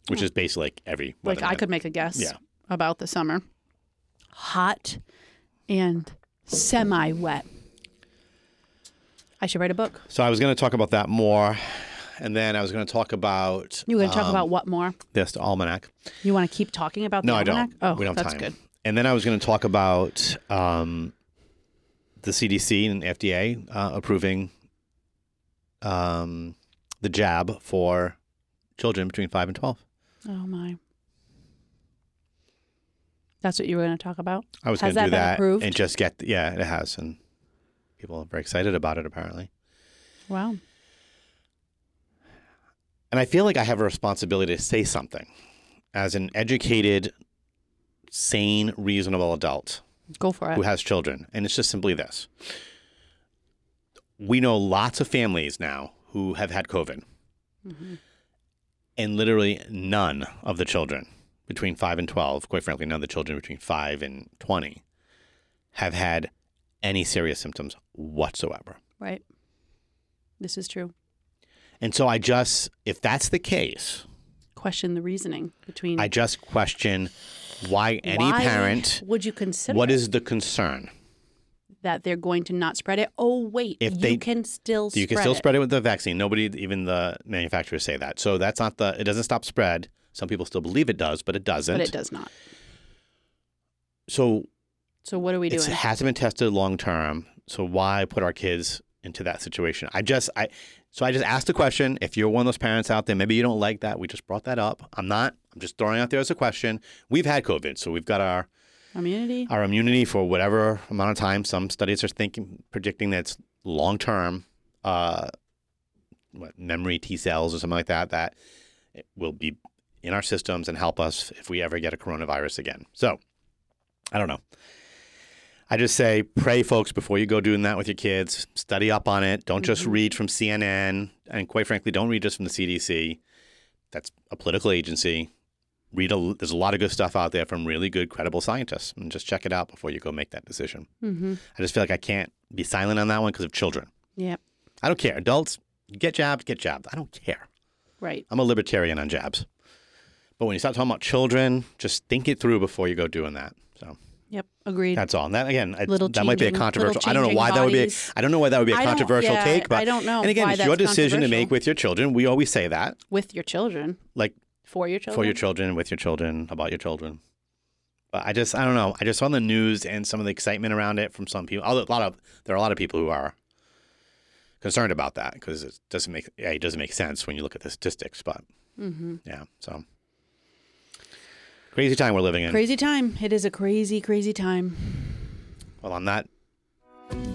Speaker 2: which is basically like every
Speaker 1: like
Speaker 2: weatherman.
Speaker 1: I could make a guess
Speaker 2: Yeah.
Speaker 1: about the summer. Hot and semi wet. I should write a book.
Speaker 2: So I was going to talk about that more, and then I was going to talk about uh,
Speaker 1: You going to talk about what more?
Speaker 2: this almanac.
Speaker 1: You want to keep talking about
Speaker 2: No,
Speaker 1: the
Speaker 2: I don't.
Speaker 1: almanac? Oh,
Speaker 2: we don't have
Speaker 1: that's
Speaker 2: time.
Speaker 1: good.
Speaker 2: And then I was going to talk about um, the CDC and FDA uh, approving um, the jab for children between five and twelve.
Speaker 1: Oh my. That's what you were going to talk about.
Speaker 2: I was
Speaker 1: Has
Speaker 2: going
Speaker 1: that
Speaker 2: to do
Speaker 1: been
Speaker 2: that
Speaker 1: approved?
Speaker 2: and just get yeah, it has, and people are very excited about it apparently.
Speaker 1: Wow.
Speaker 2: And I feel like I have a responsibility to say something as an educated, sane, reasonable adult.
Speaker 1: Go for
Speaker 2: who
Speaker 1: it.
Speaker 2: has children. And it's just simply this we know lots of families now who have had COVID, and literally none of the children between 5 and 12, quite frankly, none of the children between 5 and 20 have had any serious symptoms whatsoever.
Speaker 1: Right. This is true.
Speaker 2: And so I just, if that's the case,
Speaker 1: Question the reasoning between
Speaker 2: I just question why any
Speaker 1: why
Speaker 2: parent,
Speaker 1: would you consider
Speaker 2: what is the concern?
Speaker 1: that they're going to not spread it? Oh wait,
Speaker 2: If
Speaker 1: you
Speaker 2: they-
Speaker 1: can still
Speaker 2: you can
Speaker 1: spread
Speaker 2: still
Speaker 1: it.
Speaker 2: spread it with the vaccine. Nobody, even the manufacturers, say that. So that's not the. It doesn't stop spread. Some people still believe it does, but it doesn't.
Speaker 1: but it does not.
Speaker 2: So
Speaker 1: So what are we
Speaker 2: it
Speaker 1: doing?
Speaker 2: hasn't been tested long term. So why put our kids into that situation? I just I. So I just asked the question. If you're one of those parents out there, maybe you don't like that. We just brought that up. I'm not. I'm just throwing out there as a question. We've had COVID, so we've got our
Speaker 1: Immunity.
Speaker 2: our immunity for whatever amount of time. Some studies are thinking, predicting that it's long term, uh, what memory T cells or something like that, that it will be in our systems and help us if we ever get a coronavirus again. So, I don't know. I just say pray, folks, before you go doing that with your kids. Study up on it. Don't just read from CNN, and quite frankly, don't read just from the CDC. That's a political agency read a there's a lot of good stuff out there from really good credible scientists and just check it out before you go make that decision
Speaker 1: Mm-hmm.
Speaker 2: i just feel like i can't be silent on that one because of children
Speaker 1: Yep.
Speaker 2: i don't care adults Get jabbed, get jabbed. I don't care.
Speaker 1: Right.
Speaker 2: I'm a libertarian on jabs. But when you start talking about children, just think it through before you go doing that. So
Speaker 1: Yep. Agreed.
Speaker 2: that's all. And that again, I,
Speaker 1: Little
Speaker 2: that might be a
Speaker 1: changing-
Speaker 2: controversial.
Speaker 1: little
Speaker 2: I don't know why
Speaker 1: changing bodies.
Speaker 2: that would be. I don't know why that would be a
Speaker 1: I don't-
Speaker 2: controversial
Speaker 1: yeah,
Speaker 2: take. But
Speaker 1: I don't know
Speaker 2: And again,
Speaker 1: why
Speaker 2: it's
Speaker 1: that's
Speaker 2: your decision to
Speaker 1: controversial.
Speaker 2: make with your children. We always say that,
Speaker 1: With your children.
Speaker 2: like
Speaker 1: For your children.
Speaker 2: for your children, with your children, about your children. But I just, I don't know. I just saw on the news and some of the excitement around it from some people. although A lot of there are a lot of people who are concerned about that because it doesn't make yeah, it doesn't make sense when you look at the statistics. But
Speaker 1: Mm-hmm.
Speaker 2: yeah, so crazy time we're living in.
Speaker 1: Crazy time. It is a crazy, crazy time.
Speaker 2: Well, on that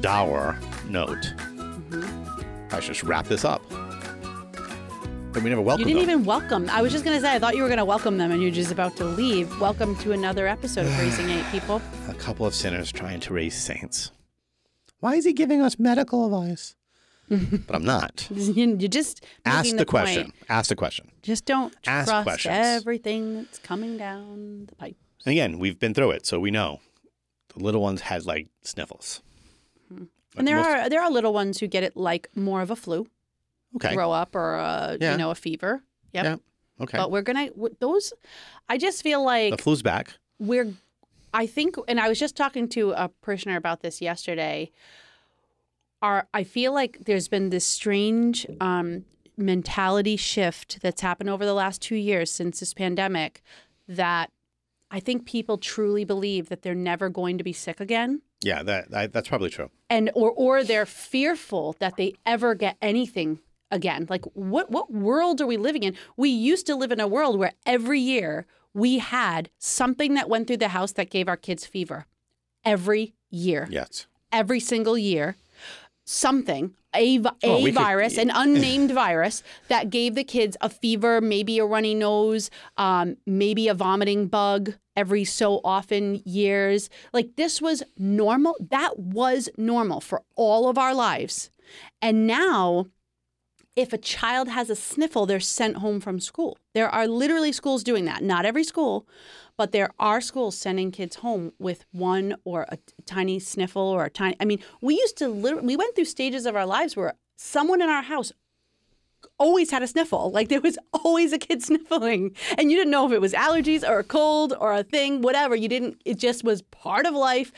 Speaker 2: dour note,
Speaker 1: Mm-hmm.
Speaker 2: I should just wrap this up. But we
Speaker 1: You
Speaker 2: never welcomed
Speaker 1: didn't
Speaker 2: them.
Speaker 1: even welcome. I was just going to say, I thought you were going to welcome them and you're just about to leave. Welcome to another episode of Raising Eight People.
Speaker 2: A couple of sinners trying to raise saints. Why is he giving us medical advice? but I'm not.
Speaker 1: you just
Speaker 2: Ask
Speaker 1: making
Speaker 2: the,
Speaker 1: point.
Speaker 2: question. Ask the question.
Speaker 1: Just don't
Speaker 2: Ask
Speaker 1: trust
Speaker 2: questions.
Speaker 1: everything that's coming down the pipe.
Speaker 2: And again, we've been through it, so we know. The little ones had like sniffles.
Speaker 1: Hmm. And there
Speaker 2: most-
Speaker 1: are there are little ones who get it like more of a flu,
Speaker 2: Okay.
Speaker 1: grow up, or a,
Speaker 2: Yeah.
Speaker 1: you know a fever. Yep.
Speaker 2: Yeah. Okay.
Speaker 1: But we're gonna w- those. I just feel like
Speaker 2: the flu's back.
Speaker 1: we're i think and i was just talking to a parishioner about this yesterday are i feel like there's been this strange um, mentality shift that's happened over the last two years since this pandemic that i think people truly believe that they're never going to be sick again
Speaker 2: Yeah, that I, that's probably true.
Speaker 1: and or or they're fearful that they ever get anything again. Like what what world are we living in? We used to live in a world where every year we had something that went through the house that gave our kids fever. Every year.
Speaker 2: Yes.
Speaker 1: Every single year. Something, a, vi- a
Speaker 2: Oh, we could-
Speaker 1: virus, an unnamed virus that gave the kids a fever, maybe a runny nose, um, maybe a vomiting bug every so often years. Like this was normal. That was normal for all of our lives. And now, if a child has a sniffle, they're sent home from school. There are literally schools doing that. Not every school, but there are schools sending kids home with one or a t- tiny sniffle or a tiny. I mean, we used to literally, we went through stages of our lives where someone in our house always had a sniffle. Like there was always a kid sniffling, and you didn't know if it was allergies or a cold or a thing, whatever. You didn't. It just was part of life.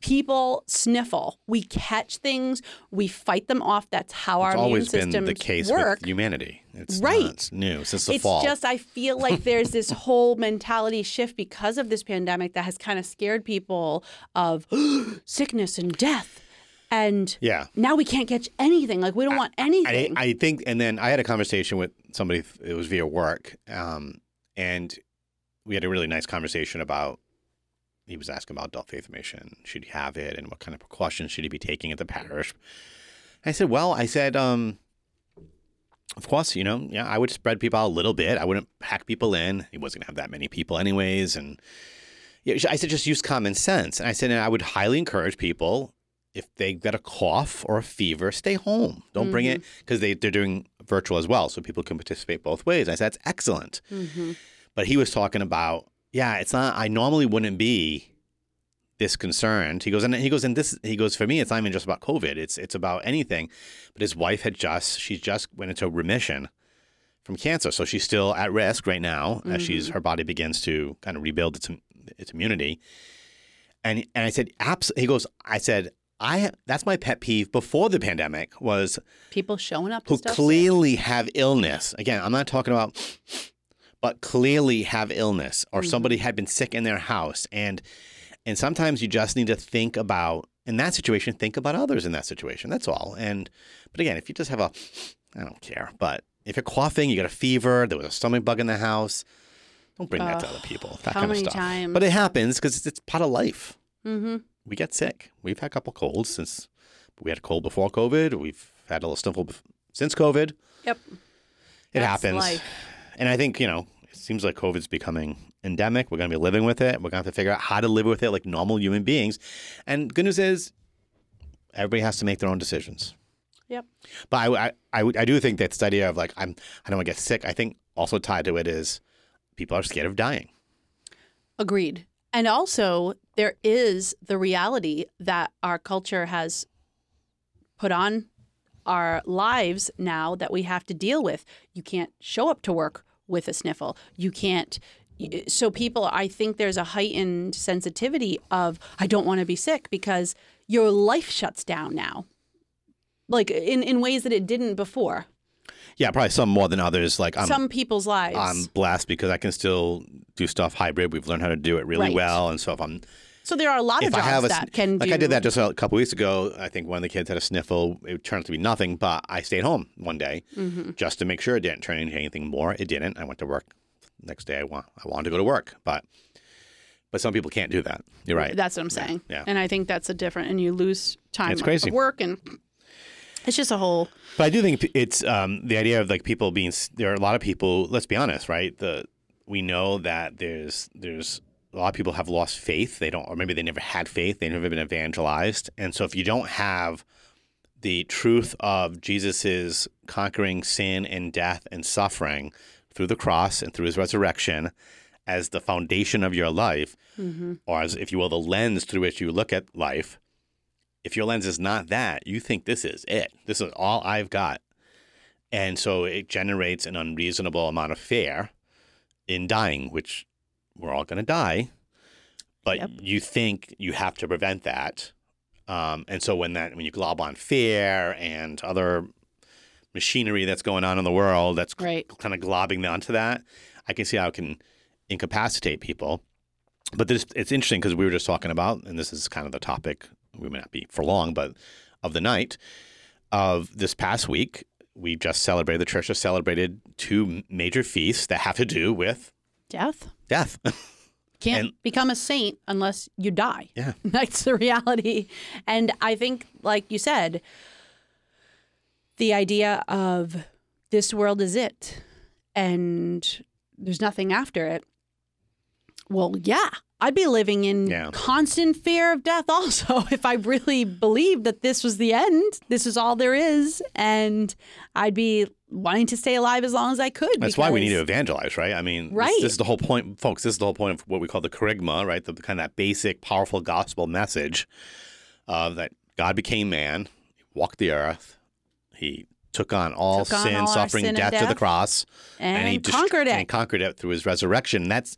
Speaker 1: People sniffle. We catch things. We fight them off. That's how
Speaker 2: It's
Speaker 1: our immune
Speaker 2: always been
Speaker 1: systems
Speaker 2: the case
Speaker 1: work.
Speaker 2: with humanity. It's
Speaker 1: Right.
Speaker 2: not- it's new since the
Speaker 1: it's
Speaker 2: fall.
Speaker 1: just I feel like there's this whole mentality shift because of this pandemic that has kind of scared people of sickness and death, and
Speaker 2: yeah.
Speaker 1: now we can't catch anything. Like we don't want
Speaker 2: I,
Speaker 1: anything.
Speaker 2: I think, and then I had a conversation with somebody. It was via work, um, and we had a really nice conversation about. He was asking about adult faith mission. Should he have it, and what kind of precautions should he be taking at the parish? I said, well, I said, um, of course, you know, yeah, I would spread people out a little bit. I wouldn't pack people in. He wasn't gonna have that many people, anyways, and. Yeah, I said just use common sense, and I said and I would highly encourage people if they get a cough or a fever, stay home. Don't bring it because they they're doing virtual as well, so people can participate both ways. I said that's excellent.
Speaker 1: Mhm.
Speaker 2: But he was talking about yeah, it's not. I normally wouldn't be this concerned. He goes and he goes and this he goes for me. It's not even just about COVID. It's it's about anything. But his wife had just she just went into remission from cancer, so she's still at risk right now as she's her body begins to kind of rebuild its its immunity. And and I said, abs. He goes. I said, I. That's my pet peeve before the pandemic was
Speaker 1: People showing up. to
Speaker 2: who
Speaker 1: stuff.
Speaker 2: clearly have illness. Again, I'm not talking about, but clearly have illness
Speaker 1: Mm-hmm.
Speaker 2: or somebody had been sick in their house, and and sometimes you just need to think about in that situation, think about others in that situation. That's all. And but again, if you just have a, I don't care. But if you're coughing, you got a fever, there was a stomach bug in the house. Don't bring that to other people. That
Speaker 1: how
Speaker 2: kind of
Speaker 1: many
Speaker 2: stuff.
Speaker 1: times?
Speaker 2: But it happens because it's, it's part of life
Speaker 1: Mm-hmm.
Speaker 2: we get sick. We've had a couple colds since we had a cold before COVID. We've had a little sniffle bef- since COVID. It
Speaker 1: Yep.
Speaker 2: happens.
Speaker 1: life.
Speaker 2: And I think, you know, it seems like COVID's becoming endemic. We're going to be living with it. We're going to have to figure out how to live with it like normal human beings. And good news is everybody has to make their own decisions.
Speaker 1: Yep.
Speaker 2: But I, I, I, would- I do think that's the idea of like, I'm, I don't want to get sick. I think also tied to it is people are scared of dying.
Speaker 1: Agreed. And also, there is the reality that our culture has put on our lives now that we have to deal with. You can't show up to work with a sniffle. You can't. So people, I think there's a heightened sensitivity of I don't want to be sick because your life shuts down now, like in in ways that it didn't before.
Speaker 2: Yeah, probably some more than others. Like I'm,
Speaker 1: Some people's lives.
Speaker 2: I'm blessed because I can still do stuff hybrid. We've learned how to do it really
Speaker 1: Right.
Speaker 2: well, and so if I'm
Speaker 1: so there are a lot of
Speaker 2: if I
Speaker 1: jobs
Speaker 2: have a,
Speaker 1: that can
Speaker 2: like
Speaker 1: do,
Speaker 2: I did that just a couple weeks ago. I think one of the kids had a sniffle. It turned out to be nothing, but I stayed home one day
Speaker 1: Mm-hmm.
Speaker 2: just to make sure it didn't turn into anything more. It didn't. I went to work next day. I want I wanted to go to work, but but some people can't do that. You're right.
Speaker 1: That's what I'm saying.
Speaker 2: yeah.
Speaker 1: And I think that's a different, and you lose time
Speaker 2: It's
Speaker 1: of
Speaker 2: crazy.
Speaker 1: work, and it's just a whole.
Speaker 2: But I do think it's um, the idea of like people being s- there are a lot of people. Let's be honest, right? The we know that there's there's a lot of people have lost faith. They don't, or maybe they never had faith. They've never been evangelized, and so if you don't have the truth of Jesus's conquering sin and death and suffering through the cross and through his resurrection as the foundation of your life,
Speaker 1: Mm-hmm.
Speaker 2: or as, if you will, the lens through which you look at life, if your lens is not that, you think this is it. This is all I've got. And so it generates an unreasonable amount of fear in dying, which we're all going to die. But
Speaker 1: Yep.
Speaker 2: you think you have to prevent that. Um, and so when that when you glob on fear and other machinery that's going on in the world that's
Speaker 1: Right.
Speaker 2: kind of globbing onto that, I can see how it can incapacitate people. But this, it's interesting because we were just talking about, and this is kind of the topic we may not be for long, but of the night of this past week, we just celebrated. The church has celebrated two major feasts that have to do with
Speaker 1: Death
Speaker 2: death.
Speaker 1: can't
Speaker 2: And-
Speaker 1: become a saint unless you die.
Speaker 2: Yeah.
Speaker 1: That's the reality. And I think, like you said, the idea of this world is it and there's nothing after it. Well, yeah, I'd be living in
Speaker 2: Yeah.
Speaker 1: constant fear of death also if I really believed that this was the end, this is all there is. And I'd be wanting to stay alive as long as I could.
Speaker 2: That's why we need
Speaker 1: because-
Speaker 2: to evangelize, right? I mean, this-
Speaker 1: Right.
Speaker 2: This, is the whole point, folks. This is the whole point of what we call the charisma, right? The kind of that basic, powerful gospel message uh, that God became man, walked the earth, he took on all
Speaker 1: Took on
Speaker 2: sin,
Speaker 1: all our
Speaker 2: suffering,
Speaker 1: sin and
Speaker 2: death, to the
Speaker 1: death.
Speaker 2: cross,
Speaker 1: and,
Speaker 2: he dist-
Speaker 1: conquered it.
Speaker 2: And conquered it through his resurrection. That's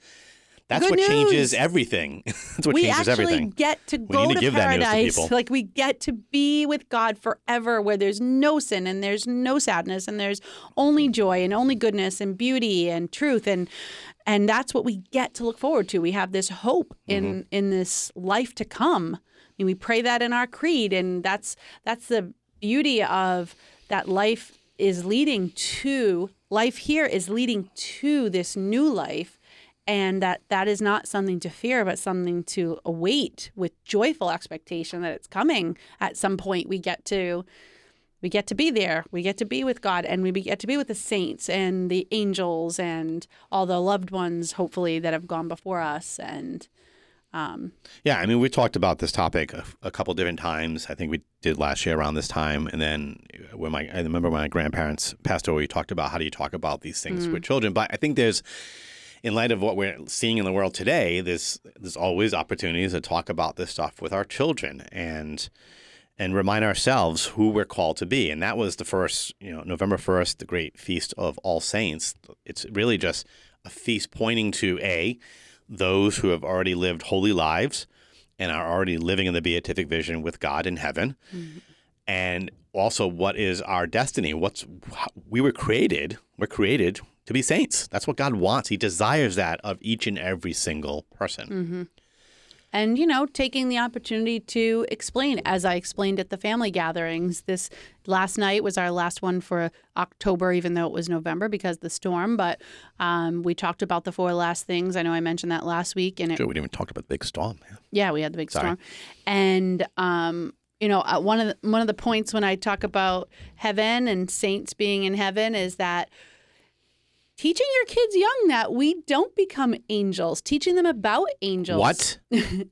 Speaker 2: that's
Speaker 1: Good
Speaker 2: what changes
Speaker 1: news.
Speaker 2: everything. that's what
Speaker 1: we
Speaker 2: changes
Speaker 1: actually
Speaker 2: everything.
Speaker 1: get to go
Speaker 2: need to
Speaker 1: to,
Speaker 2: give that news to
Speaker 1: paradise.
Speaker 2: people.
Speaker 1: like we get to be with God forever, where there's no sin and there's no sadness and there's only joy and only goodness and beauty and truth and and that's what we get to look forward to. We have this hope
Speaker 2: Mm-hmm.
Speaker 1: in in this life to come. And we pray that in our creed, and that's that's the beauty of that life is leading to life here is leading to this new life and that that is not something to fear but something to await with joyful expectation that it's coming at some point we get to we get to be there we get to be with god and we be- get to be with the saints and the angels and all the loved ones hopefully that have gone before us and
Speaker 2: Yeah, I mean, we talked about this topic a, a couple different times. I think we did last year around this time, and then when my I remember when my grandparents passed away, we talked about how do you talk about these things with children. But I think there's, in light of what we're seeing in the world today, there's there's always opportunities to talk about this stuff with our children and and remind ourselves who we're called to be. And that was the first, you know, November 1st, the great feast of All Saints. It's really just a feast pointing to A, those who have already lived holy lives and are already living in the beatific vision with God in heaven. And also, what is our destiny? What's we were created, we're created to be saints. That's what God wants. He desires that of each and every single person.
Speaker 1: and you know taking the opportunity to explain as i explained at the family gatherings this last night was our last one for october even though it was november because of the storm but um, we talked about the four last things i know i mentioned that last week and it
Speaker 2: Sure, we didn't even talk about the big storm. Man.
Speaker 1: yeah, we had the big storm, and um, you know, uh, one of the, one of the points when I talk about heaven and saints being in heaven is that teaching your kids young that we don't become angels, teaching them about angels.
Speaker 2: What?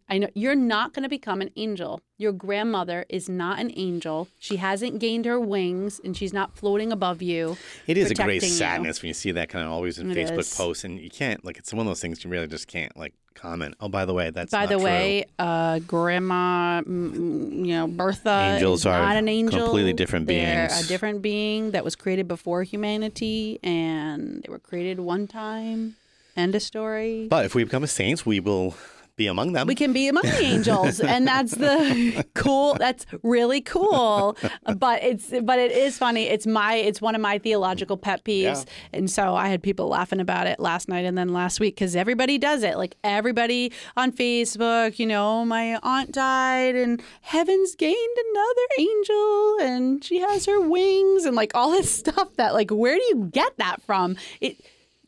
Speaker 1: I know you're not going to become an angel. Your grandmother is not an angel. She hasn't gained her wings and she's not floating above you.
Speaker 2: It is a great
Speaker 1: protecting you.
Speaker 2: sadness when you see that kind of always in
Speaker 1: It
Speaker 2: Facebook
Speaker 1: is.
Speaker 2: posts, and you can't like it's one of those things you really just can't like comment. Oh, by the way, that's
Speaker 1: By
Speaker 2: not
Speaker 1: the
Speaker 2: true.
Speaker 1: way, uh, Grandma, mm, mm, you know, Bertha
Speaker 2: Angels
Speaker 1: is
Speaker 2: are
Speaker 1: not an angel.
Speaker 2: completely different
Speaker 1: They're
Speaker 2: beings.
Speaker 1: a different being that was created before humanity and they were created one time. End of story.
Speaker 2: But if we become saints, we will be among them.
Speaker 1: we can be among the angels and that's the cool that's really cool but it's but it is funny it's my it's one of my theological pet peeves
Speaker 2: Yeah.
Speaker 1: and so i had people laughing about it last night and then last week because everybody does it like everybody on facebook you know my aunt died and heaven's gained another angel and she has her wings and like all this stuff that like where do you get that from it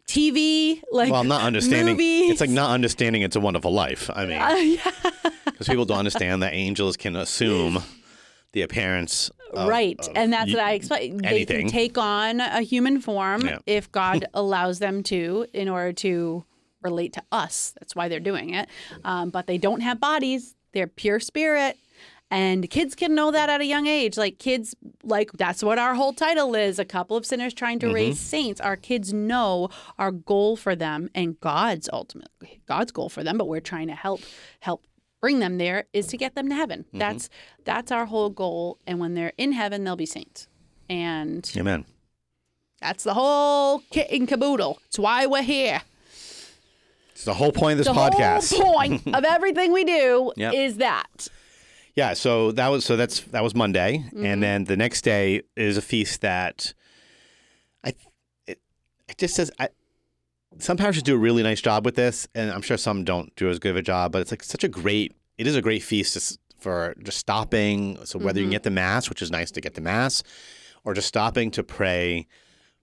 Speaker 1: TV, like
Speaker 2: well, I'm not understanding.
Speaker 1: movies. Uh,
Speaker 2: It's like not understanding. It's a wonderful life. I mean,
Speaker 1: yeah.
Speaker 2: because people don't understand that angels can assume the appearance. Of,
Speaker 1: right
Speaker 2: of
Speaker 1: and that's
Speaker 2: y-
Speaker 1: what i explain they
Speaker 2: anything.
Speaker 1: can take on a human form
Speaker 2: Yeah.
Speaker 1: if god allows them to in order to relate to us that's why they're doing it um, but they don't have bodies they're pure spirit and kids can know that at a young age like kids like that's what our whole title is a couple of sinners trying to raise saints our kids know our goal for them and god's ultimate god's goal for them but we're trying to help help bring them there is to get them to heaven. That's that's our whole goal. And when they're in heaven, they'll be saints. And
Speaker 2: Amen.
Speaker 1: that's the whole kit and caboodle. It's why we're here.
Speaker 2: It's the whole point of this
Speaker 1: The
Speaker 2: podcast.
Speaker 1: whole point of everything we do
Speaker 2: Yep.
Speaker 1: is that.
Speaker 2: Yeah, so that was so that's that was Monday, and then the next day is a feast that I th- it, it just says I some parishes do a really nice job with this, and I'm sure some don't do as good of a job, but it's like such a great it is a great feast just for just stopping. So whether you can get the mass, which is nice to get the mass, or just stopping to pray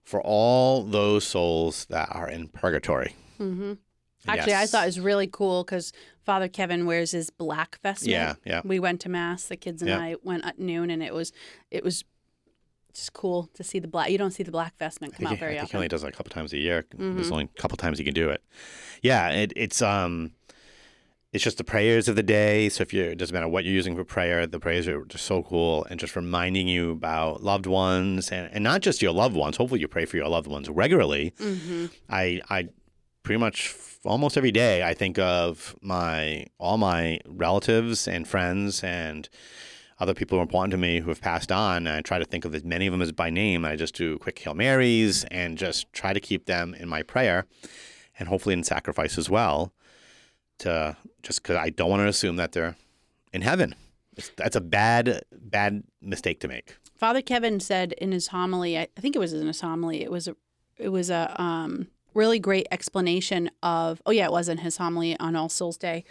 Speaker 2: for all those souls that are in purgatory.
Speaker 1: Mm-hmm. Actually, I
Speaker 2: Yes.
Speaker 1: thought it was really cool because Father Kevin wears his black vestment.
Speaker 2: Yeah, yeah.
Speaker 1: We went to mass. The kids and
Speaker 2: Yeah.
Speaker 1: I went at noon, and it was it was just cool to see the black. You don't see the black vestment come out
Speaker 2: I think, he-
Speaker 1: very
Speaker 2: I think he
Speaker 1: often. Mm-hmm.
Speaker 2: only does it a couple times a year. There's only a couple times you can do it. Yeah, it, it's um, it's just the prayers of the day. So if you it doesn't matter what you're using for prayer, the prayers are just so cool and just reminding you about loved ones and, and not just your loved ones. Hopefully, you pray for your loved ones regularly.
Speaker 1: Mm-hmm.
Speaker 2: I I pretty much almost every day I think of my all my relatives and friends and other people who are important to me who have passed on. And I try to think of as many of them as by name. I just do quick Hail Marys and just try to keep them in my prayer and hopefully in sacrifice as well. To just because I don't want to assume that they're in heaven. It's, that's a bad, bad mistake to make.
Speaker 1: Father Kevin said in his homily, I I think it was in his homily, it was a, it was a um, really great explanation of. Oh yeah, it was in his homily on All Souls Day.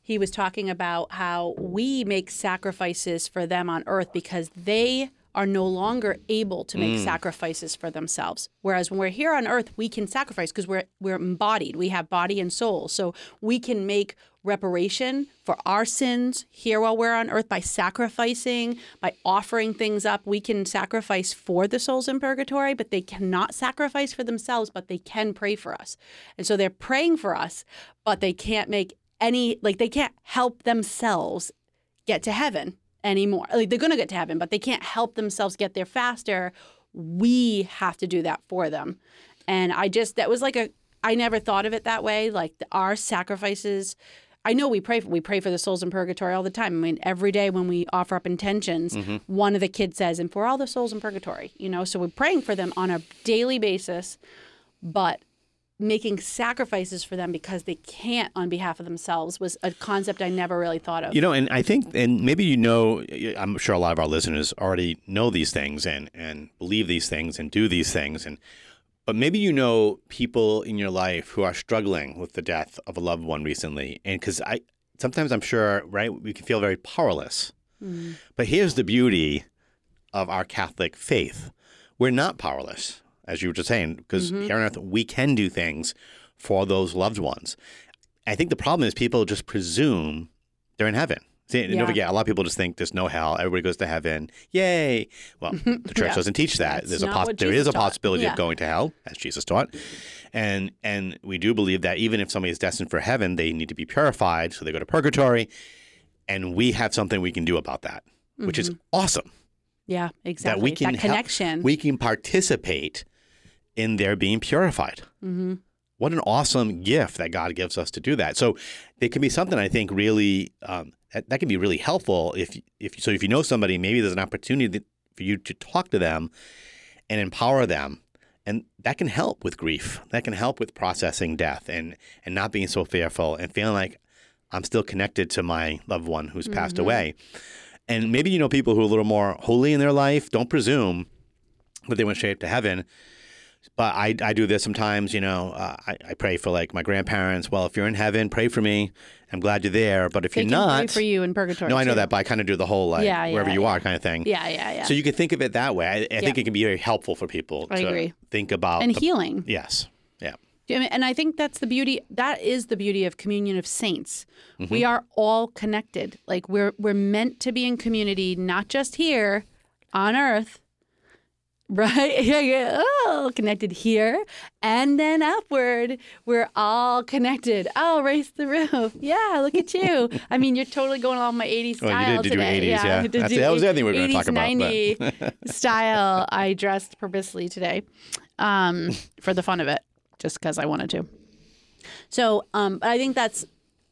Speaker 1: He was talking about how we make sacrifices for them on earth because they are no longer able to make sacrifices for themselves. Whereas when we're here on earth, we can sacrifice because we're we're embodied. We have body and soul. So we can make reparation for our sins here while we're on earth by sacrificing, by offering things up. We can sacrifice for the souls in purgatory, but they cannot sacrifice for themselves, but they can pray for us. And so they're praying for us, but they can't make any like they can't help themselves get to heaven anymore. Like they're going to get to heaven, but they can't help themselves get there faster. We have to do that for them. And I just that was like a I never thought of it that way. Like the- our sacrifices I know we pray for, we pray for the souls in purgatory all the time. I mean, every day when we offer up intentions, one of the kids says, "And for all the souls in purgatory," you know. So we're praying for them on a daily basis, but making sacrifices for them because they can't on behalf of themselves was a concept I never really thought of.
Speaker 2: You know, and I think, and maybe you know, I'm sure a lot of our listeners already know these things and and believe these things and do these things, and but maybe you know people in your life who are struggling with the death of a loved one recently, and because I sometimes I'm sure, right, we can feel very powerless. But here's the beauty of our Catholic faith: we're not powerless, as you were just saying, because
Speaker 1: Mm-hmm.
Speaker 2: here on earth we can do things for those loved ones. I think the problem is people just presume they're in heaven. See, and don't
Speaker 1: Yeah.
Speaker 2: forget, a lot of people just think there's no hell. Everybody goes to heaven. Yay! Well, the church doesn't teach that.
Speaker 1: That's
Speaker 2: There's a
Speaker 1: not
Speaker 2: poss-
Speaker 1: what
Speaker 2: there is
Speaker 1: Jesus
Speaker 2: a
Speaker 1: taught.
Speaker 2: possibility
Speaker 1: Yeah.
Speaker 2: of going to hell, as Jesus taught, and and we do believe that even if somebody is destined for heaven, they need to be purified, so they go to purgatory. and we have something we can do about that, which is
Speaker 1: Mm-hmm.
Speaker 2: awesome.
Speaker 1: Yeah, exactly.
Speaker 2: That we can help-
Speaker 1: connection.
Speaker 2: we can participate in their being purified.
Speaker 1: Mhm.
Speaker 2: What an awesome gift that God gives us to do that. So it can be something I think really um, that, that can be really helpful if if so if you know somebody maybe there's an opportunity that- for you to talk to them and empower them. And that can help with grief. That can help with processing death and and not being so fearful and feeling like I'm still connected to my loved one who's
Speaker 1: Mm-hmm.
Speaker 2: passed away. And maybe you know people who are a little more holy in their life. Don't presume that they went straight to heaven. But I, I do this sometimes, you know. Uh, I, I pray for like my grandparents. Well, if you're in heaven, pray for me. I'm glad you're there. But if
Speaker 1: They
Speaker 2: you're
Speaker 1: can pray
Speaker 2: not,
Speaker 1: for you in purgatory.
Speaker 2: no, I know
Speaker 1: too.
Speaker 2: that. But I kind of do the whole like
Speaker 1: Yeah,
Speaker 2: wherever
Speaker 1: yeah,
Speaker 2: you
Speaker 1: yeah.
Speaker 2: are kind of thing.
Speaker 1: Yeah, yeah, yeah.
Speaker 2: So you can think of it that way. I, I think
Speaker 1: Yeah.
Speaker 2: it can be very helpful for people
Speaker 1: I
Speaker 2: to
Speaker 1: agree.
Speaker 2: think about.
Speaker 1: and
Speaker 2: the-
Speaker 1: healing.
Speaker 2: yes. Yeah.
Speaker 1: I mean, And I think that's the beauty. That is the beauty of communion of saints.
Speaker 2: Mm-hmm.
Speaker 1: We are all connected. Like we're we're meant to be in community, not just here on Earth, right? Yeah, yeah. Oh, connected here and then upward. We're all connected. Oh, raise the roof. Yeah, look at you. I mean, you're totally going along my '80s
Speaker 2: Well, Oh, you
Speaker 1: style
Speaker 2: did- did you
Speaker 1: today.
Speaker 2: 80s, yeah.
Speaker 1: I did
Speaker 2: That's-
Speaker 1: do
Speaker 2: that was the other thing we were gonna
Speaker 1: 80s,
Speaker 2: talk about, but-
Speaker 1: 90 style. I dressed purposely today um, for the fun of it, just because I wanted to. So, um, but I think that's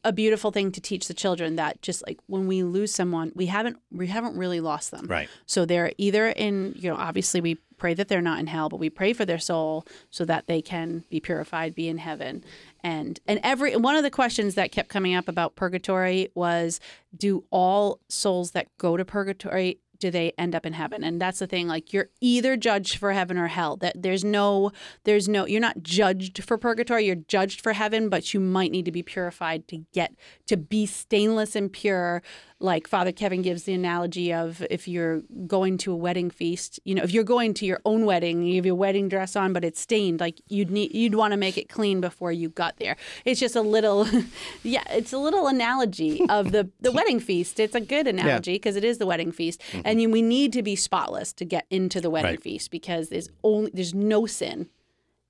Speaker 1: a beautiful thing to teach the children that just like when we lose someone, we haven't we haven't really lost them.
Speaker 2: Right.
Speaker 1: So they're either in you know obviously we pray that they're not in hell, but we pray for their soul so that they can be purified, be in heaven. And and every one of the questions that kept coming up about purgatory was do all souls that go to purgatory do they end up in heaven and that's the thing like you're either judged for heaven or hell that there's no there's no you're not judged for purgatory you're judged for heaven but you might need to be purified to get to be stainless and pure like father kevin gives the analogy of if you're going to a wedding feast you know if you're going to your own wedding you have your wedding dress on but it's stained like you'd need you'd want to make it clean before you got there it's just a little yeah it's a little analogy of the the wedding feast it's a good analogy because it is the wedding feast and you, we need to be spotless to get into the wedding
Speaker 2: Right.
Speaker 1: feast because there's only there's no sin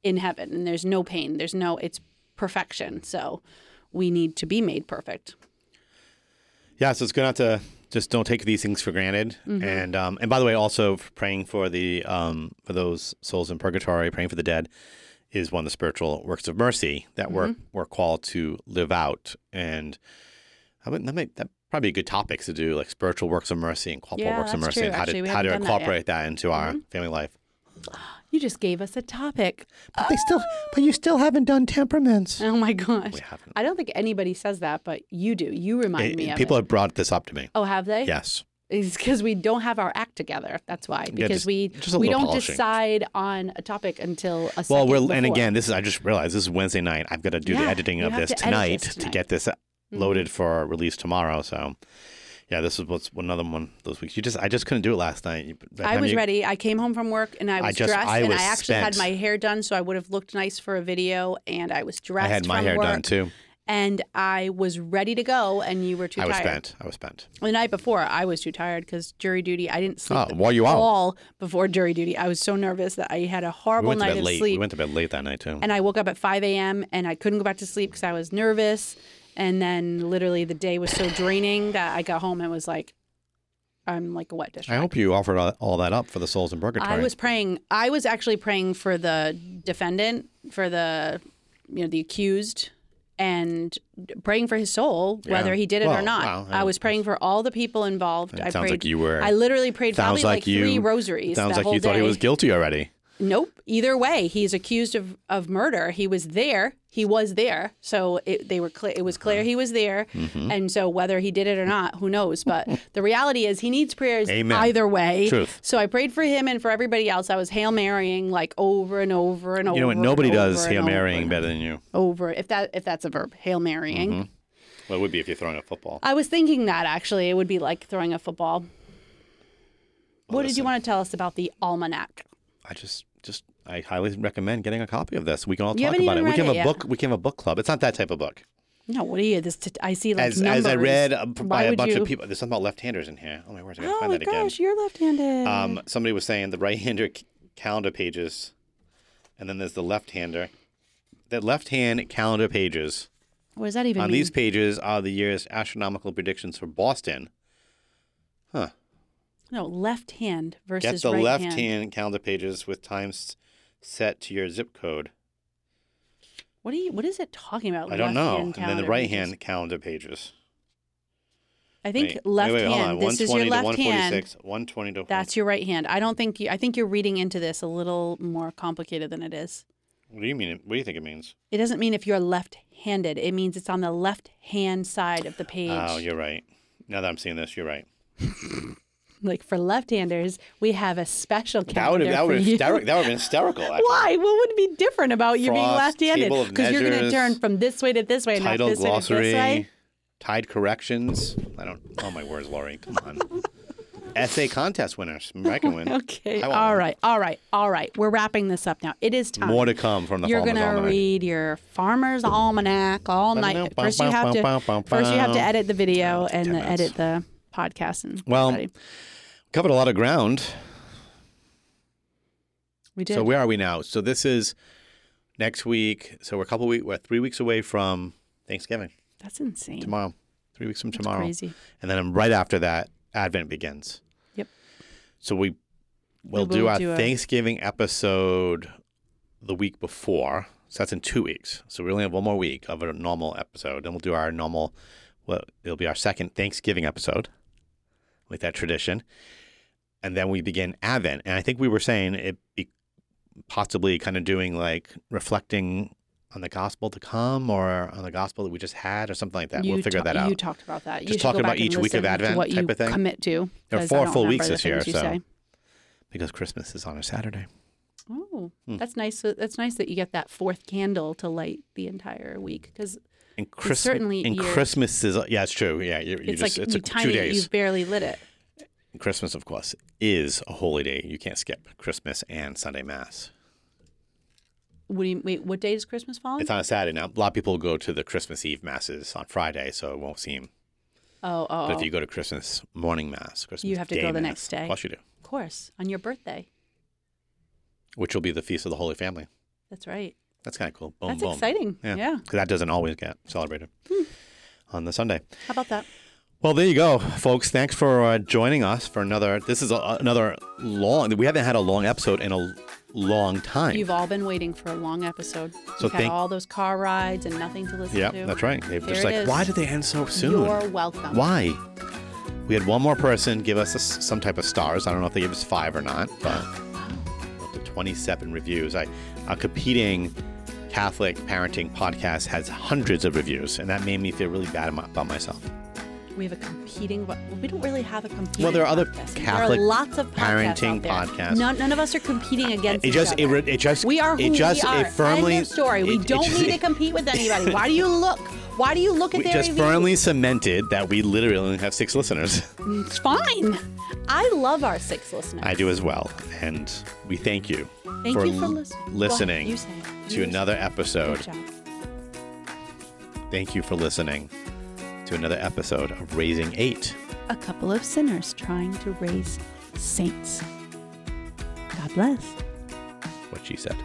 Speaker 1: in heaven and there's no pain there's no it's perfection so we need to be made perfect
Speaker 2: Yeah, so it's good not to just don't take these things for granted.
Speaker 1: Mm-hmm.
Speaker 2: And um, and by the way, also f- praying for the um, for those souls in purgatory, praying for the dead, is one of the spiritual works of mercy that
Speaker 1: Mm-hmm.
Speaker 2: we're we're called to live out. And I would, that might that probably be good topics to do, like spiritual works of mercy and corporal
Speaker 1: Yeah,
Speaker 2: works of
Speaker 1: that's
Speaker 2: mercy,
Speaker 1: true.
Speaker 2: and how
Speaker 1: Actually, we
Speaker 2: to how to
Speaker 1: haven't done that yet. Mm-hmm.
Speaker 2: incorporate that, into our family life.
Speaker 1: you just gave us a topic
Speaker 2: But they still, but you still haven't done temperaments.
Speaker 1: oh my gosh
Speaker 2: We haven't.
Speaker 1: i don't think anybody says that but you do you remind
Speaker 2: It-
Speaker 1: me
Speaker 2: it-
Speaker 1: of
Speaker 2: people
Speaker 1: it.
Speaker 2: have brought this up to me.
Speaker 1: oh have they
Speaker 2: Yes.
Speaker 1: is because we don't have our act together. That's why because
Speaker 2: just-
Speaker 1: we
Speaker 2: just a
Speaker 1: we
Speaker 2: little
Speaker 1: don't
Speaker 2: polishing.
Speaker 1: decide on a topic until a
Speaker 2: Well,
Speaker 1: second
Speaker 2: we're and
Speaker 1: before.
Speaker 2: again, this is I just realized this is Wednesday night. I've got to do the
Speaker 1: Yeah,
Speaker 2: editing
Speaker 1: you
Speaker 2: of
Speaker 1: have
Speaker 2: this
Speaker 1: to edit
Speaker 2: tonight,
Speaker 1: this
Speaker 2: to
Speaker 1: tonight. Mm-hmm.
Speaker 2: get this loaded for release tomorrow. So, yeah, this is what's another one of those weeks. You just I just couldn't do it last night. You- by the
Speaker 1: I
Speaker 2: time
Speaker 1: was
Speaker 2: you-
Speaker 1: ready. I came home from work and I was
Speaker 2: just-
Speaker 1: dressed
Speaker 2: I
Speaker 1: and
Speaker 2: was
Speaker 1: I actually had
Speaker 2: spent.
Speaker 1: my hair done so I would have looked nice for a video and I was dressed
Speaker 2: I had my
Speaker 1: from
Speaker 2: hair
Speaker 1: work,
Speaker 2: done too.
Speaker 1: and I was ready to go and you were too
Speaker 2: I was
Speaker 1: tired.
Speaker 2: spent. I was spent.
Speaker 1: The night before I was too tired cuz jury duty I didn't sleep
Speaker 2: Oh,
Speaker 1: at
Speaker 2: while you out?
Speaker 1: all before jury duty. I was so nervous that I had a
Speaker 2: We
Speaker 1: horrible
Speaker 2: went to
Speaker 1: night
Speaker 2: bed
Speaker 1: of
Speaker 2: late.
Speaker 1: sleep.
Speaker 2: We went to bed late that night too.
Speaker 1: and I woke up at 5 a.m. and I couldn't go back to sleep because I was nervous. And then literally the day was so draining that I got home and was like, I'm like a wet dish.
Speaker 2: I hope you offered all, all that up for the souls in purgatory.
Speaker 1: I was praying. I was actually praying for the defendant, for the, you know, the accused, and praying for his soul,
Speaker 2: Yeah.
Speaker 1: whether he did it
Speaker 2: Well,
Speaker 1: or not.
Speaker 2: wow, I
Speaker 1: I, was praying for all the people involved. I
Speaker 2: It sounds
Speaker 1: prayed.
Speaker 2: like you were.
Speaker 1: I literally prayed
Speaker 2: sounds
Speaker 1: probably like,
Speaker 2: you.
Speaker 1: three rosaries.
Speaker 2: Sounds
Speaker 1: the
Speaker 2: like
Speaker 1: whole
Speaker 2: you thought he
Speaker 1: day.
Speaker 2: was guilty already.
Speaker 1: Nope. Either way, he's accused of, of murder. He was there. He was there. So it, they were. Clear, it was clear he was there.
Speaker 2: Mm-hmm.
Speaker 1: And so whether he did it or not, who knows? But the reality is, he needs prayers
Speaker 2: Amen.
Speaker 1: either way.
Speaker 2: Truth.
Speaker 1: So I prayed for him and for everybody else. I was hail marrying like over and over and over.
Speaker 2: You know what?
Speaker 1: and
Speaker 2: Nobody
Speaker 1: over
Speaker 2: does
Speaker 1: and
Speaker 2: hail
Speaker 1: over
Speaker 2: marrying
Speaker 1: and
Speaker 2: better than you.
Speaker 1: Over, if that if that's a verb, hail marrying.
Speaker 2: Mm-hmm. Well, it would be if you're throwing a football.
Speaker 1: I was thinking that actually, it would be like throwing a football. what did you
Speaker 2: listen.
Speaker 1: want to tell us about the almanac?
Speaker 2: I just just I highly recommend getting a copy of this. We can all
Speaker 1: You
Speaker 2: talk
Speaker 1: haven't even
Speaker 2: about it. We
Speaker 1: read
Speaker 2: can have
Speaker 1: it
Speaker 2: a
Speaker 1: yet.
Speaker 2: book. We can have a book club. It's not that type of book.
Speaker 1: No, what are you? This t- I see like
Speaker 2: As as I
Speaker 1: numbers.
Speaker 2: read uh, p- by
Speaker 1: Why
Speaker 2: a
Speaker 1: would
Speaker 2: bunch
Speaker 1: you-
Speaker 2: of people. There's something about left-handers in here. Oh my words! I gotta
Speaker 1: Oh
Speaker 2: find
Speaker 1: my
Speaker 2: that again.
Speaker 1: gosh, you're left-handed.
Speaker 2: Um, somebody was saying the right-hander c- calendar pages, and then there's the left-hander. The left-hand calendar pages
Speaker 1: What does that even
Speaker 2: On
Speaker 1: mean?
Speaker 2: these pages are the year's astronomical predictions for Boston. Huh.
Speaker 1: no, left hand versus
Speaker 2: Get the
Speaker 1: right
Speaker 2: left
Speaker 1: hand.
Speaker 2: hand calendar pages with times set to your zip code.
Speaker 1: What do you? What is it talking about?
Speaker 2: I don't know. And
Speaker 1: left-hand
Speaker 2: then the
Speaker 1: calendar
Speaker 2: right
Speaker 1: pages?
Speaker 2: hand calendar pages.
Speaker 1: I think
Speaker 2: Wait, wait,
Speaker 1: left
Speaker 2: wait, hold
Speaker 1: hand.
Speaker 2: on.
Speaker 1: This is your
Speaker 2: 120 to
Speaker 1: left hand.
Speaker 2: 146, 120 to
Speaker 1: That's your right hand. I don't think. You, I think you're reading into this a little more complicated than it is.
Speaker 2: What do you mean? What do you think it means?
Speaker 1: It doesn't mean if you're left-handed. It means it's on the left-hand side of the page.
Speaker 2: Oh, you're right. Now that I'm seeing this, you're right.
Speaker 1: Like for left-handers, we have a special
Speaker 2: That would
Speaker 1: calendar
Speaker 2: have that
Speaker 1: for
Speaker 2: would have
Speaker 1: you.
Speaker 2: hysteric- that would have been hysterical. Actually.
Speaker 1: Why? What would be different about you being
Speaker 2: Frost, table
Speaker 1: left-handed?
Speaker 2: of
Speaker 1: Because you're going to
Speaker 2: measures,
Speaker 1: turn from this way to this way, and not
Speaker 2: Title
Speaker 1: this way to this way.
Speaker 2: glossary, tide corrections. I don't. Oh my words, Lori. Come on. Essay contest winners. Maybe I can win.
Speaker 1: Okay.
Speaker 2: I want
Speaker 1: All
Speaker 2: one.
Speaker 1: right. All right. All right. We're wrapping this up now. It is time.
Speaker 2: More to come from the
Speaker 1: You're
Speaker 2: Farmer's
Speaker 1: gonna
Speaker 2: Almanac.
Speaker 1: read your farmer's almanac all night. First, you have to first you have to edit the video and the,
Speaker 2: minutes.
Speaker 1: edit the podcast. And
Speaker 2: Well,
Speaker 1: everybody.
Speaker 2: Covered a lot of ground.
Speaker 1: we did.
Speaker 2: So where are we now? So this is next week. So we're a couple week. We're three weeks away from Thanksgiving
Speaker 1: That's insane.
Speaker 2: tomorrow. Three weeks from tomorrow.
Speaker 1: Crazy.
Speaker 2: And then right after that, Advent begins.
Speaker 1: Yep.
Speaker 2: So we will
Speaker 1: will
Speaker 2: do our
Speaker 1: do a-
Speaker 2: Thanksgiving episode the week before. So that's in two weeks. So we only have one more week of a normal episode. Then we'll do our normal, well, it'll be our second Thanksgiving episode with that tradition. And then we begin Advent. And I think we were saying it be possibly kind of doing like reflecting on the gospel to come or on the gospel that we just had or something like that.
Speaker 1: You
Speaker 2: we'll figure
Speaker 1: ta-
Speaker 2: that out.
Speaker 1: You talked about that. You
Speaker 2: Just
Speaker 1: should
Speaker 2: talking
Speaker 1: go back
Speaker 2: about each
Speaker 1: and
Speaker 2: week
Speaker 1: listen
Speaker 2: of
Speaker 1: to
Speaker 2: Advent
Speaker 1: what
Speaker 2: type
Speaker 1: you
Speaker 2: of thing.
Speaker 1: Commit to.
Speaker 2: There are
Speaker 1: 'cause I
Speaker 2: four
Speaker 1: don't
Speaker 2: full
Speaker 1: remember
Speaker 2: weeks
Speaker 1: the
Speaker 2: this year,
Speaker 1: things you
Speaker 2: so-
Speaker 1: say.
Speaker 2: because Christmas is on a Saturday.
Speaker 1: Oh,
Speaker 2: Hmm.
Speaker 1: that's nice. that- That's nice that you get that fourth candle to light the entire week because
Speaker 2: And Christmas,
Speaker 1: certainly
Speaker 2: and
Speaker 1: you're-
Speaker 2: Christmas is yeah, it's true. Yeah, you, you
Speaker 1: it's
Speaker 2: just
Speaker 1: like
Speaker 2: it's
Speaker 1: you
Speaker 2: a,
Speaker 1: tiny.
Speaker 2: two days.
Speaker 1: You've barely lit it.
Speaker 2: And Christmas, of course, is a holy day. You can't skip Christmas and Sunday Mass.
Speaker 1: What do you, wait, what day does Christmas fall? on?
Speaker 2: It's on a Saturday now. A lot of people go to the Christmas Eve masses on Friday, so it won't seem.
Speaker 1: oh, oh,
Speaker 2: But
Speaker 1: oh.
Speaker 2: if you go to Christmas morning mass, Christmas
Speaker 1: have to
Speaker 2: day
Speaker 1: go the
Speaker 2: mass,
Speaker 1: next day.
Speaker 2: Of course you do,
Speaker 1: of course, on your birthday.
Speaker 2: which will be the feast of the Holy Family.
Speaker 1: That's right.
Speaker 2: That's kind of cool. Boom,
Speaker 1: That's
Speaker 2: boom.
Speaker 1: exciting.
Speaker 2: Yeah,
Speaker 1: yeah. Hmm.
Speaker 2: 'Cause that doesn't always get celebrated on the Sunday.
Speaker 1: How about that?
Speaker 2: Well, there you go, folks. Thanks for uh, joining us for another. This is a, another long. We haven't had a long episode in a l- long time.
Speaker 1: You've all been waiting for a long episode. You've had
Speaker 2: thank-
Speaker 1: all those car rides and nothing to listen
Speaker 2: yeah,
Speaker 1: to.
Speaker 2: that's right. They're
Speaker 1: There
Speaker 2: just
Speaker 1: it
Speaker 2: like,
Speaker 1: is.
Speaker 2: why did they end so soon?
Speaker 1: You're welcome.
Speaker 2: Why? We had one more person give us a s some type of stars. I don't know if they gave us five or not, but up to 27 reviews. I, a competing Catholic parenting podcast has hundreds of reviews, and that made me feel really bad am- about myself.
Speaker 1: We have a competing. Well, we don't really have a competing.
Speaker 2: Well, there are other
Speaker 1: podcast.
Speaker 2: Catholic
Speaker 1: there are lots of podcasts
Speaker 2: parenting
Speaker 1: out there.
Speaker 2: podcasts.
Speaker 1: None, none of us are competing against.
Speaker 2: It
Speaker 1: each
Speaker 2: just,
Speaker 1: other.
Speaker 2: it, re- it just,
Speaker 1: we are who
Speaker 2: it just,
Speaker 1: we are.
Speaker 2: it firmly,
Speaker 1: End of story. We
Speaker 2: it- it
Speaker 1: don't
Speaker 2: just-
Speaker 1: need to compete with anybody. Why do you look? Why do you look at
Speaker 2: We
Speaker 1: their
Speaker 2: just
Speaker 1: reviews?
Speaker 2: firmly cemented that we literally only have six listeners.
Speaker 1: It's fine. I love our six listeners.
Speaker 2: I do as well. And we thank you
Speaker 1: Thank
Speaker 2: for,
Speaker 1: you for
Speaker 2: l-
Speaker 1: listening. Go ahead,
Speaker 2: listening
Speaker 1: you say it.
Speaker 2: to
Speaker 1: You
Speaker 2: another episode.
Speaker 1: Good job.
Speaker 2: Thank you for listening to another episode of Raising Eight.
Speaker 1: a couple of sinners trying to raise saints. God bless.
Speaker 2: What she said.